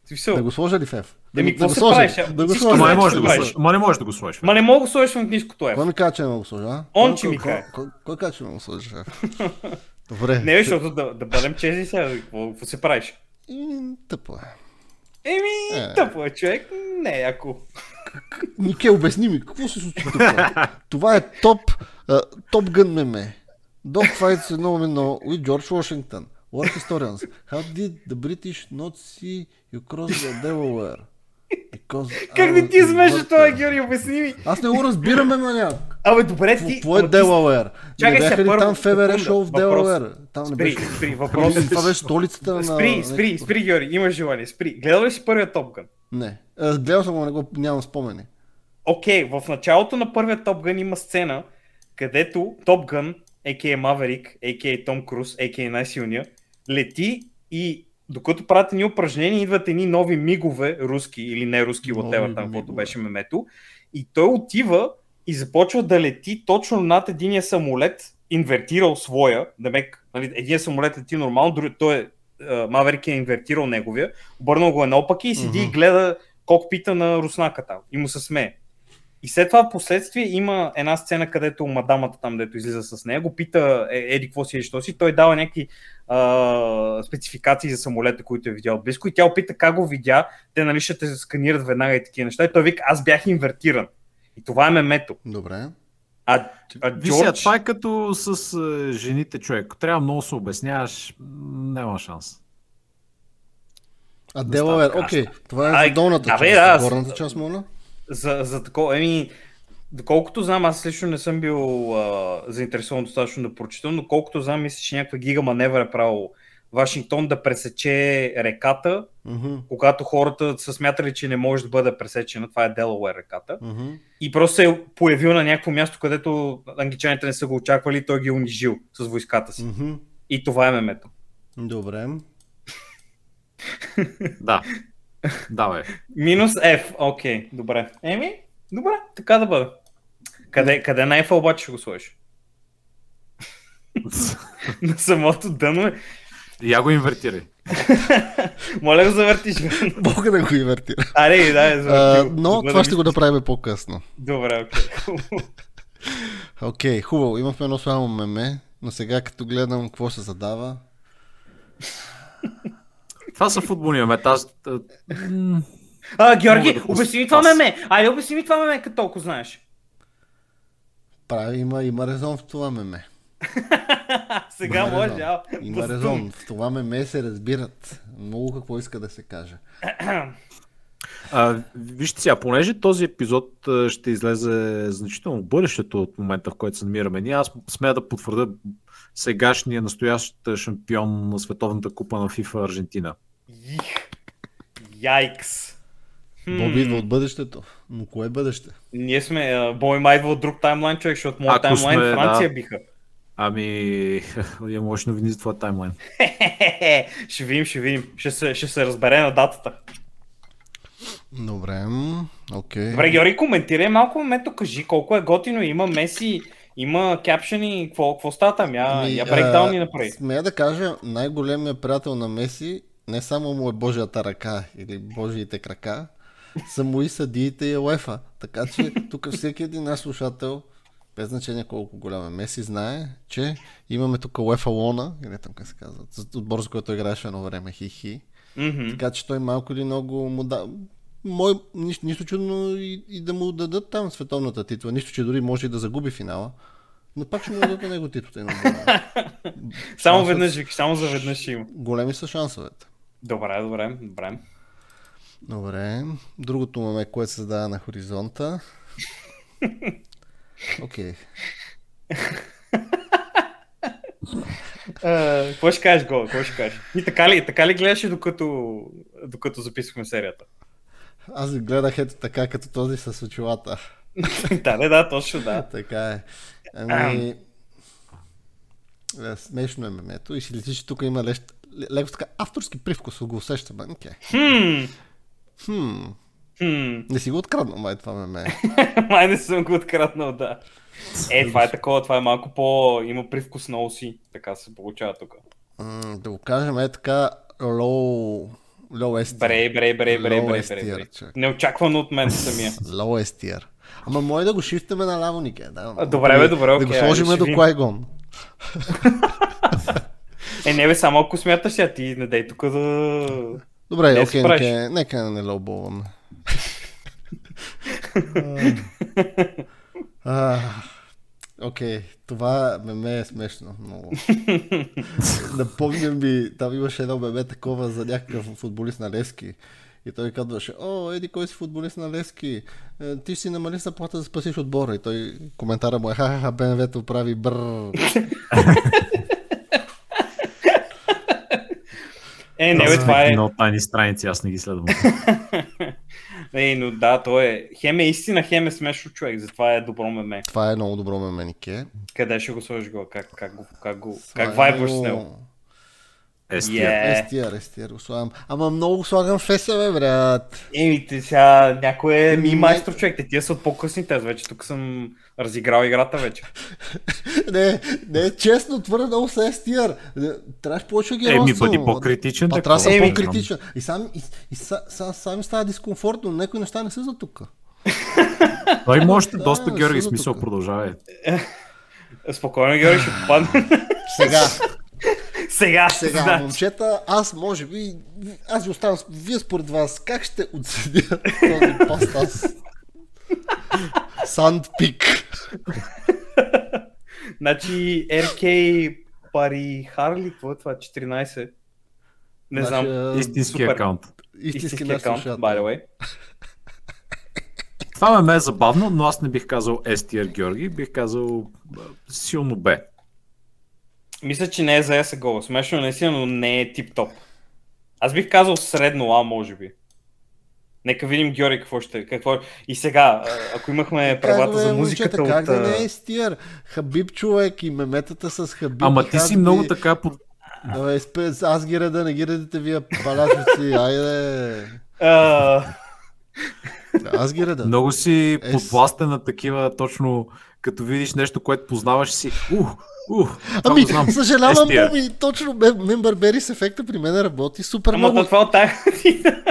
Speaker 3: Смисъл.
Speaker 2: Да го сложа ли в F? Да,
Speaker 3: Еми,
Speaker 2: ми- да
Speaker 3: какво
Speaker 2: го
Speaker 3: се
Speaker 2: сложа.
Speaker 3: правиш, а?
Speaker 2: Да го
Speaker 3: Всичко
Speaker 2: сложа.
Speaker 1: Ма не
Speaker 3: знаеш,
Speaker 1: можеш да го
Speaker 3: правиш.
Speaker 1: слушаш. Ма не можеш да го слушаш. бе.
Speaker 3: Ма не мога да го сложиш в ниското F.
Speaker 2: Кой ми каза, че не мога го сложа? а?
Speaker 3: Он
Speaker 2: Кой-
Speaker 3: че ми
Speaker 2: кой-
Speaker 3: каже.
Speaker 2: кой- Кой каза, че не мога го сложа? в F? Добре.
Speaker 3: Не, бе, защото да, да бъдем честни сега, какво, какво се правиш?
Speaker 2: И, Тъпо е.
Speaker 3: Еми,
Speaker 2: Е.
Speaker 3: тъпо е човек. Не, ако.
Speaker 2: Нике, обясни ми, какво се случи тук? Това е топ, а, топ гън меме. Dog fights phenomenal with George Washington. War historians. How did the British not see you cross the Delaware? Because
Speaker 3: Как
Speaker 2: I
Speaker 3: не ти
Speaker 2: was
Speaker 3: смеше
Speaker 2: inverted.
Speaker 3: това, Георги, обясни ми.
Speaker 2: Аз не го разбирам, бе, маняк.
Speaker 3: Абе, добре, ти...
Speaker 2: Какво е
Speaker 3: ама ти-
Speaker 2: Делавер? Не
Speaker 3: Чакай сега,
Speaker 2: бяха ли
Speaker 3: първо,
Speaker 2: там ФБР
Speaker 3: секунда,
Speaker 2: шоу в
Speaker 3: въпрос.
Speaker 2: Делавер? Там не
Speaker 3: Спри,
Speaker 2: беше.
Speaker 3: спри, въпрос.
Speaker 2: Това беше столицата на...
Speaker 3: Спри, спри, спри, Георги, имаш желание, спри. Гледал ли си първия Top Gun?
Speaker 2: Не. Аз Гледал съм, го, не го нямам спомени.
Speaker 3: Окей, в началото на първия Top Gun има сцена, където Top Gun, a.k.a. Maverick, a.k.a. Том Круз, a.k.a. най-силния, лети и докато правят ни упражнения, идват едни нови мигове, руски или не руски,
Speaker 2: Нови
Speaker 3: whatever, там каквото
Speaker 2: мигове.
Speaker 3: беше мемето. И той отива и започва да лети точно над единия самолет, инвертирал своя. Демек, нали, единия самолет лети нормално, друг, той е, а, Маверик е инвертирал неговия, обърнал го е наопаки и седи
Speaker 2: Мгм.
Speaker 3: и гледа кокпита на руснака там и му се смее. И след това в последствие има една сцена, където мадамата там, дето излиза с него, пита е, еди какво си, еди що си. Той дава някакви а, спецификации за самолета, които е видял близко. И тя опита как го видя. Те нали ще те сканират веднага и такива неща. И той вика, аз бях инвертиран. И това е мемето.
Speaker 2: Добре.
Speaker 3: А, а
Speaker 1: Виж сега,
Speaker 3: Джордж...
Speaker 1: това е като с е, жените човек. Трябва много да се обясняваш, м, няма шанс.
Speaker 2: А Делавер,
Speaker 3: става
Speaker 2: окей, това е
Speaker 3: Ай,
Speaker 2: за долната
Speaker 3: абе,
Speaker 2: част.
Speaker 3: аз-
Speaker 2: Горната част, моля.
Speaker 3: За, за такова, еми, доколкото знам, аз лично не съм бил а, заинтересован достатъчно да прочитам, но колкото знам, мисля, че някаква гига маневра е правил Вашингтон да пресече реката,
Speaker 2: Мгм,
Speaker 3: когато хората са смятали, че не може да бъде пресечена. Това е Делауер реката.
Speaker 2: мгм.
Speaker 3: И просто се е появил на някакво място, където англичаните не са го очаквали и той ги е унижил с войската си.
Speaker 2: Мгм.
Speaker 3: И това е мемето.
Speaker 2: Добре.
Speaker 1: Да. Давай.
Speaker 3: Минус F, окей, добре. Еми, добре, така да бъде. Къде, къде на F обаче ще го сложиш? на самото дъно. е.
Speaker 1: Я го инвертирай.
Speaker 3: Моля го завъртиш. го.
Speaker 2: Бога да го инвертира.
Speaker 3: Аре, да, е
Speaker 2: А,
Speaker 3: завърти го.
Speaker 2: но
Speaker 3: Да
Speaker 2: това
Speaker 3: да
Speaker 2: ще го направим по-късно.
Speaker 3: Добре, окей.
Speaker 2: Окей, хубаво. Имахме едно слабо меме, но сега като гледам какво се задава.
Speaker 1: Това са футболни момент. Аз... а, м,
Speaker 3: а, Георги,
Speaker 1: Мога да
Speaker 3: обясни ми това
Speaker 1: аз-
Speaker 3: меме. Айде, обясни ми това меме, като толкова знаеш.
Speaker 2: Прави, има, има резон в това меме.
Speaker 3: Сега
Speaker 2: Има
Speaker 3: може.
Speaker 2: резон.
Speaker 3: а,
Speaker 2: Има
Speaker 3: бастун.
Speaker 2: резон. В това меме се разбират. Много какво иска да се каже.
Speaker 1: А, вижте сега, понеже този епизод а, ще излезе значително в бъдещето от момента, в който се намираме ние, аз смея да потвърда сегашния настоящ шампион на Световната купа на FIFA Аржентина.
Speaker 3: Их. Яйкс. Хм.
Speaker 2: Боб идва от бъдещето. Но кое е бъдеще?
Speaker 3: Ние сме, а, Бой май идва от друг таймлайн, човек, защото моят
Speaker 1: Ако
Speaker 3: таймлайн
Speaker 1: сме,
Speaker 3: Франция
Speaker 1: да.
Speaker 3: биха.
Speaker 1: Ами, я можеш новини за твоя таймлайн.
Speaker 3: Хе-хе-хе. ще видим, ще видим. Ще се, ще се разбере на датата.
Speaker 2: Добре. Окей.
Speaker 3: Добре, Георги, коментирай малко момента, кажи колко е готино. Има Меси, има капшени, какво, какво става там? Я,
Speaker 2: Ами,
Speaker 3: я
Speaker 2: а,
Speaker 3: брейкдаун ни направи.
Speaker 2: Смея да кажа, най-големият приятел на Меси не само му е Божията ръка или Божиите крака, са му и съдиите и Лефа. Така че тук всеки един наш слушател, без значение колко голям е Меси, знае, че имаме тук Лефа Лона, или там как се казва, с- отбор, за който играеше едно време, хихи.
Speaker 3: Мгм.
Speaker 2: Така че той малко или много му да... Мой, нищо, нищо чудно и, и, да му дадат там световната титла. Нищо, че дори може и да загуби финала. Но пак ще му дадат на него титлата. и на отбора.
Speaker 3: Само
Speaker 2: шансът-
Speaker 3: веднъж, Вики, само за веднъж ще има.
Speaker 2: Големи са шансовете.
Speaker 3: Добре, добре, добре.
Speaker 2: Добре. Другото меме, което се дава на хоризонта. Окей.
Speaker 3: Е, Какво ще кажеш, Гола? Какво ще кажеш? И така ли, така ли гледаше, докато, докато записахме серията?
Speaker 2: Аз ви гледах ето така, като този с очилата.
Speaker 3: да, да, да, точно да.
Speaker 2: Така е. Ами... е, Смешно е мемето и си лети, че тук има лещ... ле- леко така авторски привкус, го усещам. е, Окей.
Speaker 3: Хм,
Speaker 2: Хм,
Speaker 3: хм.
Speaker 2: не си го открадна, май това меме.
Speaker 3: Май не съм го откраднал, да. Е, това е такова, това е малко по... Има привкус на оси, така се получава тук.
Speaker 2: М, да го кажем е така low... Low estier.
Speaker 3: Бре, бре, бре, бре,
Speaker 2: Low
Speaker 3: бре, бре,
Speaker 2: estier,
Speaker 3: бре.
Speaker 2: човек.
Speaker 3: Неочаквано от мен самия.
Speaker 2: Low estier. Ама може да го шифтаме на ляво, Нике. Да,
Speaker 3: А, добре, бе, добре,
Speaker 2: Да
Speaker 3: окей,
Speaker 2: го
Speaker 3: айде,
Speaker 2: сложим
Speaker 3: ще
Speaker 2: до
Speaker 3: видим.
Speaker 2: Куайгон.
Speaker 3: Е, не бе, само ако смяташ, а ти не дай тук да...
Speaker 2: Добре,
Speaker 3: Не,
Speaker 2: окей,
Speaker 3: спреш.
Speaker 2: нека, нека не лобуваме. А, Окей, това меме е смешно много. Напомням ми, там имаше едно меме такова за някакъв футболист на Левски. И той казваше, о, еди, кой си футболист на Левски? Е, Ти ще си намали заплата да спасиш отбора. И той коментара му е, ха-ха-ха, БНВ-то прави бррр.
Speaker 3: Е, не бе, това е...
Speaker 1: Една от тайни страници, аз не ги следвам.
Speaker 3: Е, но да, то е... Хем е истина, хем е смешно човек, затова е добро меме.
Speaker 2: Това е много добро меме, Нике.
Speaker 3: Къде ще го сложиш го? Как, как, го, как, го,
Speaker 2: Това е
Speaker 3: как вайбваш с
Speaker 2: много-
Speaker 3: него?
Speaker 1: Естия.
Speaker 3: Yeah. Е.
Speaker 2: Естия, естия, го слагам. Ама много слагам в СВ, брат.
Speaker 3: Еми, Е, ти сега някой е ми
Speaker 2: Не.
Speaker 3: майстор човек, те тия са от по-късните, аз вече тук съм разиграл играта вече.
Speaker 2: Не, не е честно, твърде много са естия. Трябваше повече ги
Speaker 1: Еми,
Speaker 2: ростам,
Speaker 1: бъди
Speaker 2: брат.
Speaker 1: по-критичен.
Speaker 2: Па
Speaker 1: да,
Speaker 2: трябва да
Speaker 1: какво
Speaker 2: съм
Speaker 1: да
Speaker 2: по-критичен. И сам, и, и са, са, сами става дискомфортно, някои неща не са за тук.
Speaker 1: Той има още доста
Speaker 2: Да,
Speaker 1: Георги
Speaker 2: суда
Speaker 1: смисъл,
Speaker 2: тук.
Speaker 1: продължавай.
Speaker 3: Спокойно, Георги, ще попадне.
Speaker 2: Сега,
Speaker 3: Сега, значи.
Speaker 2: сега,
Speaker 1: Значи.
Speaker 3: сега.
Speaker 2: момчета, аз може би, аз ви оставам, с- вие според вас, как ще оценя този пост аз? Сандпик.
Speaker 3: Значи, RK Пари Харли, какво е това? 14? Не
Speaker 2: Значи,
Speaker 3: знам.
Speaker 2: а,
Speaker 1: Истински
Speaker 3: супер.
Speaker 1: акаунт.
Speaker 2: Истински наш
Speaker 3: акаунт,
Speaker 2: слушател.
Speaker 3: by the way.
Speaker 1: Това ме ме е забавно, но аз не бих казал STR Георги, бих казал а, силно Б.
Speaker 3: Мисля, че не е за SGO. Смешно е наистина, но не е тип-топ. Аз бих казал средно А, може би. Нека видим Георги какво ще... Какво... е. И сега, а, ако имахме правата
Speaker 2: бе,
Speaker 3: за
Speaker 2: е момчета,
Speaker 3: музиката
Speaker 2: Как
Speaker 3: от...
Speaker 2: да не
Speaker 3: а,
Speaker 2: е стиер? Хабиб човек и меметата с Хабиб.
Speaker 1: Ама ти
Speaker 2: и
Speaker 1: си
Speaker 2: Хазби.
Speaker 1: много така... под-
Speaker 2: Абе, спе- Аз ги реда, не ги редите вие палячоци, айде.
Speaker 3: а,
Speaker 2: Аз ги реда.
Speaker 1: Много си
Speaker 2: Е,
Speaker 1: подвластен на такива, точно като видиш нещо, което познаваш си. Ух, ух, това
Speaker 2: Ами,
Speaker 1: го знам.
Speaker 2: съжалявам,
Speaker 1: STR.
Speaker 2: Боби, точно Member Berries ефекта при мен работи супер
Speaker 3: Ама то
Speaker 2: много.
Speaker 3: това от тая година.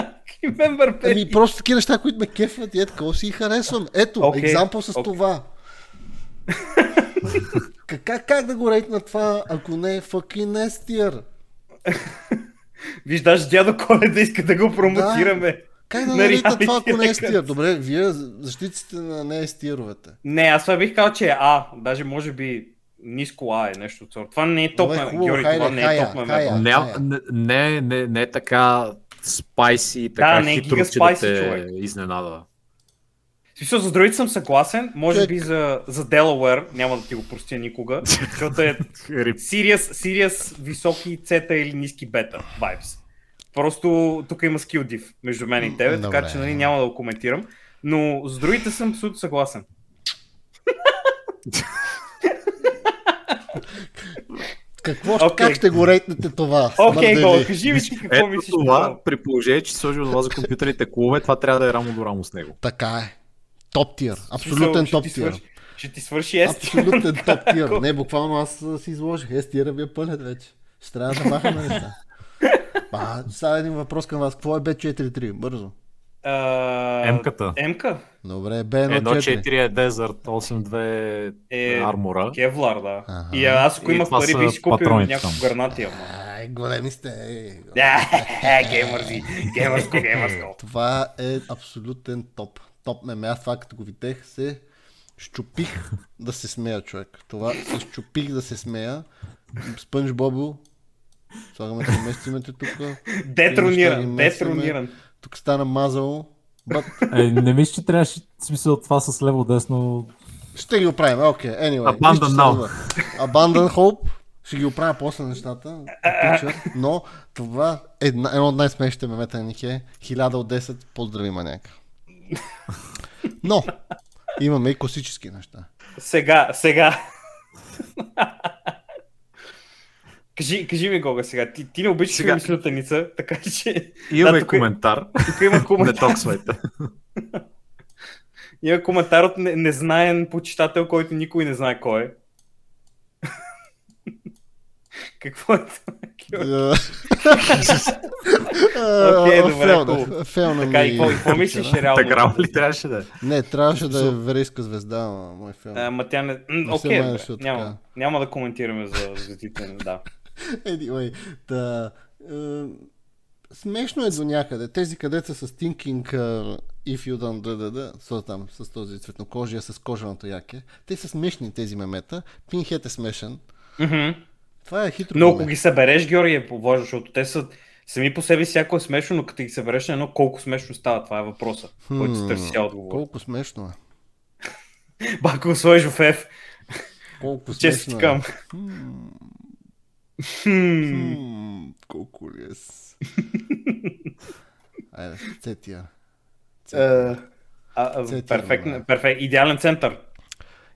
Speaker 3: Remember,
Speaker 2: Ами,
Speaker 3: Perry.
Speaker 2: просто такива неща, които ме кефват и е такова си и харесвам. Ето,
Speaker 3: Окей,
Speaker 2: екзампъл с
Speaker 3: окей.
Speaker 2: това. Как- Как, как да го рейтна това, ако не е fucking естиер?
Speaker 3: Виж, даже дядо Коледа иска да го промотираме.
Speaker 2: Как да
Speaker 3: На
Speaker 2: наритна
Speaker 3: реалити
Speaker 2: това, ако не е
Speaker 3: рекъс.
Speaker 2: стир? Добре, вие защитите на не е стировете.
Speaker 3: Не, аз това бих казал, че е А. Даже може би ниско А е нещо от сорта. Това не е топ
Speaker 2: Добре,
Speaker 3: мем-
Speaker 2: хубаво,
Speaker 3: Георги,
Speaker 2: хайде,
Speaker 3: това не е
Speaker 2: хайде,
Speaker 3: топ мем.
Speaker 2: хайде.
Speaker 1: Не,
Speaker 2: Ай, ай.
Speaker 1: не, не, не, не е така спайси и така
Speaker 3: не е
Speaker 1: хитро,
Speaker 3: гига
Speaker 1: че да
Speaker 3: spicy,
Speaker 1: те
Speaker 3: човек.
Speaker 1: изненада.
Speaker 3: В смисъл, за другите съм съгласен. Може
Speaker 2: Човек.
Speaker 3: би за, за Делауер няма да ти го простя никога, защото е
Speaker 1: Рип.
Speaker 3: Sirius, Sirius високи цета или ниски бета вайбс. Просто тук има скил див между мен и тебе, така
Speaker 2: Добре.
Speaker 3: че нали, няма да го коментирам. Но с другите съм абсолютно съгласен.
Speaker 2: Какво, okay.
Speaker 3: Окей.
Speaker 2: как ще го рейтнете това?
Speaker 3: Окей,
Speaker 2: смърдели?
Speaker 3: Гол, кажи ми ти какво
Speaker 1: Ето
Speaker 3: мислиш. по
Speaker 1: това, при положение, че си сложил това за компютърните клубове, това трябва да е рамо до рамо с него.
Speaker 2: Така е. Топ тир.
Speaker 3: Смисъл,
Speaker 2: Абсолютен
Speaker 3: ще
Speaker 2: топ
Speaker 3: ти
Speaker 2: тир.
Speaker 3: свърши- Е, Ще ти свърши ести.
Speaker 2: Абсолютен топ тир. Не, буквално аз а, си изложих. Ес тира ви е пълен вече. Ще трябва да махаме неща. Ба, сега един въпрос към вас. Какво е Б4-3? Бързо.
Speaker 1: М-ката.
Speaker 3: М-ката.
Speaker 2: Добре, Б1-4.
Speaker 1: 1.4 е Desert, 8.2
Speaker 3: Е,
Speaker 1: е Армора.
Speaker 3: Кевлар, да.
Speaker 2: Ага.
Speaker 3: И аз ако
Speaker 1: И
Speaker 3: имах
Speaker 1: това
Speaker 3: пари,
Speaker 1: са
Speaker 3: бих си купил
Speaker 1: патроните
Speaker 3: някакво
Speaker 1: там.
Speaker 3: гранати, ама.
Speaker 2: Ай, големи сте. ей.
Speaker 3: Да, Е, геймързи, геймърско, геймърско.
Speaker 2: Това е абсолютен топ. Топ меме. Аз това като го видях се щупих да се смея, човек. Това се щупих да се смея. Спънж Бобо. Слагаме да местиме те тук. Тези
Speaker 3: Детрониран,
Speaker 2: неща ги месиме.
Speaker 3: детрониран.
Speaker 2: Тук стана мазало. Бъд,
Speaker 4: Е, не мисля, че трябваше в смисъл това с лево-десно.
Speaker 2: ще ги оправим. Окей, anyway.
Speaker 1: Abandon
Speaker 2: Вижте се
Speaker 1: now.
Speaker 2: добър. Abandon Hope. Ще ги оправя после нещата. Picture. Но това е една, едно от най-смешните мемета на Нике. 1000 от 10. Поздрави маняка. Но имаме и класически неща.
Speaker 3: Сега, сега. Кажи, кажи ми, Гога, сега. Ти, ти не обичаш сега...
Speaker 1: Сега.
Speaker 3: мислютеница, така че...
Speaker 1: Имаме
Speaker 3: тук е-
Speaker 1: коментар.
Speaker 3: Тук има
Speaker 1: Не
Speaker 3: коментар,
Speaker 1: токсвайте.
Speaker 3: има коментар от не, незнаен почитател, който никой не знае кой е. Какво е това? Георги? Окей, добре, хубаво.
Speaker 2: Фелна
Speaker 3: Така, и какво- и какво
Speaker 2: ми.
Speaker 3: мислиш реално?
Speaker 1: Таграм ли трябваше да е?
Speaker 2: Не, трябваше да е еврейска звезда, ама мой филм.
Speaker 3: Ама тя не... М,
Speaker 2: Не се
Speaker 3: Окей,
Speaker 2: мая,
Speaker 3: okay,
Speaker 2: защото така.
Speaker 3: няма, няма да коментираме за звездите, да.
Speaker 2: Anyway, та, е, смешно е до някъде. Тези, където са с Thinking uh, If You Don't Da Da Da, со там, с този цветнокожия, с кожаното яке, те са смешни тези мемета. Pinhead е смешен.
Speaker 3: Мгм.
Speaker 2: Това е хитро.
Speaker 3: Но ако
Speaker 2: меме.
Speaker 3: ги събереш, Георги, е поважно, защото те са сами по себе си, всяко е смешно, но като ги събереш на едно, колко смешно става, това е въпроса, който се
Speaker 2: Хм,
Speaker 3: търси сега отговор.
Speaker 2: Колко смешно е.
Speaker 3: Ба, ако го сложиш в F,
Speaker 2: Колко
Speaker 3: често
Speaker 2: смешно
Speaker 3: ти
Speaker 2: е.
Speaker 3: към. Хм.
Speaker 2: М, Колко ли е? с- Айде, цетия.
Speaker 3: А, а,
Speaker 2: Цвети,
Speaker 3: Перфектен,
Speaker 2: добре.
Speaker 3: перфект, идеален център.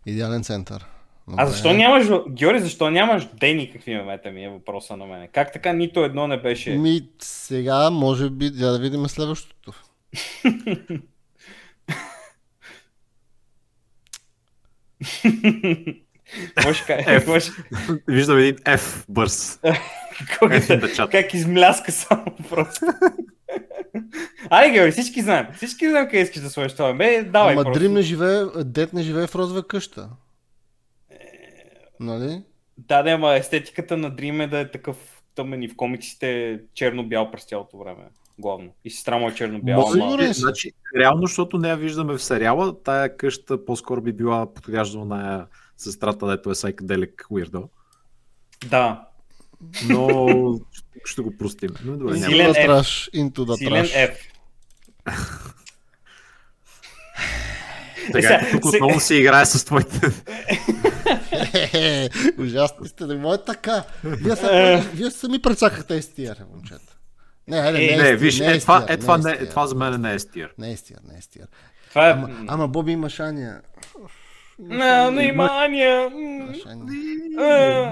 Speaker 2: Идеален център.
Speaker 3: А
Speaker 2: Добре.
Speaker 3: защо нямаш, Георги, защо нямаш Дени какви мемета ми е въпроса на мене? Как така нито едно не беше?
Speaker 2: Ми, сега, може би, да, да видим следващото.
Speaker 3: Какво ще кажеш? Какво ще-
Speaker 1: Виждам един F бърз.
Speaker 3: Кой
Speaker 1: Е,
Speaker 3: да-
Speaker 1: да чат.
Speaker 3: Как измляска само просто. Айде, Георги, всички знаем. Всички знаем къде искаш да сложиш това. Бе, давай
Speaker 2: Ама е-
Speaker 3: просто.
Speaker 2: Дрим не живее, дет не живее в розова къща. Нали?
Speaker 3: Да, да, ама естетиката на Dream е да е такъв тъмен и в комиксите е черно-бял през цялото време. Главно. И сестра му е черно-бял.
Speaker 2: Може
Speaker 3: Ама...
Speaker 2: ли?
Speaker 1: Е, Значи, реално, защото не я виждаме в сериала, тая къща по-скоро би била подходяща на сестрата, дето е Psychedelic Weirdo.
Speaker 3: Да.
Speaker 1: Но ще го простим. Но добре,
Speaker 2: Into
Speaker 1: няма.
Speaker 3: Силен
Speaker 2: the
Speaker 3: F.
Speaker 2: trash. Into the
Speaker 3: Силен
Speaker 2: trash.
Speaker 3: F.
Speaker 1: Сега,
Speaker 3: Сега-
Speaker 1: тук
Speaker 3: сега-
Speaker 1: отново си играе с твоите.
Speaker 2: Хе-хе, Ужасни сте, не мое така. Вие,
Speaker 3: Е.
Speaker 2: са, вие сами прецакахте STR, момчета. Не, айде,
Speaker 3: Е,
Speaker 2: не,
Speaker 1: Не,
Speaker 2: STR,
Speaker 1: виж,
Speaker 2: не
Speaker 1: е, това,
Speaker 2: STR,
Speaker 1: е, това,
Speaker 2: не
Speaker 1: не,
Speaker 2: STR.
Speaker 1: е, това за мен не е стир.
Speaker 2: Не е STR, не е STR.
Speaker 3: Това е...
Speaker 2: Ама, ама Боби има шания.
Speaker 3: На, на имания.
Speaker 2: Има шания.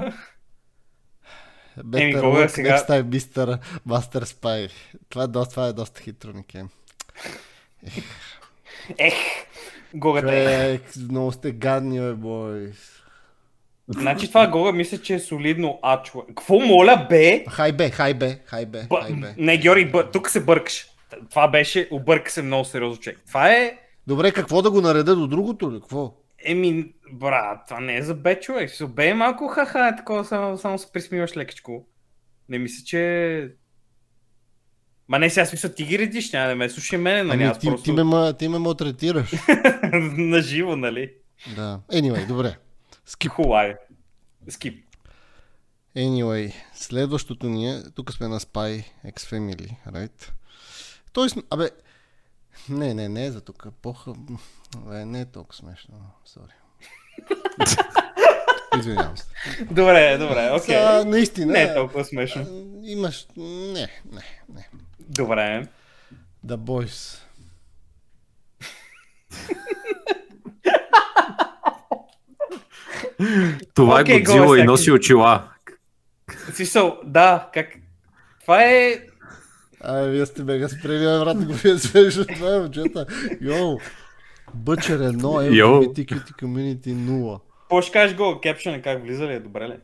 Speaker 3: Еми,
Speaker 2: Better
Speaker 3: Боби,
Speaker 2: luck
Speaker 3: е сега-
Speaker 2: next time, Mr. Master Spy. Това е доста, това е доста хитро, Нике.
Speaker 3: Ех, Гогата е.
Speaker 2: Човек, много сте гадни, бе, бойс.
Speaker 3: Значи това Гога мисля, че е солидно А, човек. Какво моля, бе?
Speaker 2: Хай бе, хай бе, хай бе,
Speaker 3: Б...
Speaker 2: хай бе.
Speaker 3: Не, Георги, бъ... тук се бъркаш. Това беше, обърка се много сериозно, човек. Това е
Speaker 2: Добре, какво да го наредя до другото ли? Какво?
Speaker 3: Еми, брат, това не е за бе, човек. Со бе е малко ха-ха, е такова, само, само се присмиваш лекичко. Не мисля, че... Ма не, сега смисъл, ти ги редиш, няма да ме слушай мене, нали?
Speaker 2: Ами,
Speaker 3: Аз
Speaker 2: ти,
Speaker 3: просто
Speaker 2: ти, ме, ма- ти ме малтретираш.
Speaker 3: на живо, нали?
Speaker 2: да. Anyway, добре. Скип.
Speaker 3: Хубаво. Скип.
Speaker 2: Anyway, следващото ни е, тук сме на Spy X Family, right? Тоест, абе, не, не, не е за тук. Поха, бе, не е толкова смешно. Сори. Извинявам се.
Speaker 3: Добре, добре, окей.
Speaker 2: Са, наистина.
Speaker 3: Не е толкова смешно.
Speaker 2: Имаш, не, не, не.
Speaker 3: Добре.
Speaker 2: The Boys.
Speaker 1: Това е
Speaker 3: Окей, го,
Speaker 1: Годзила и
Speaker 3: всеки.
Speaker 1: носи очила.
Speaker 3: Смисъл, да, как... Това е...
Speaker 2: Ай, вие сте мега спрели, бе, брат, го вие свежда това, момчета. Йоу, бъчер едно, е,
Speaker 1: Йоу.
Speaker 2: LGBTQ community нула.
Speaker 3: Какво ще кажеш го, кепшън как влиза ли е, добре ли?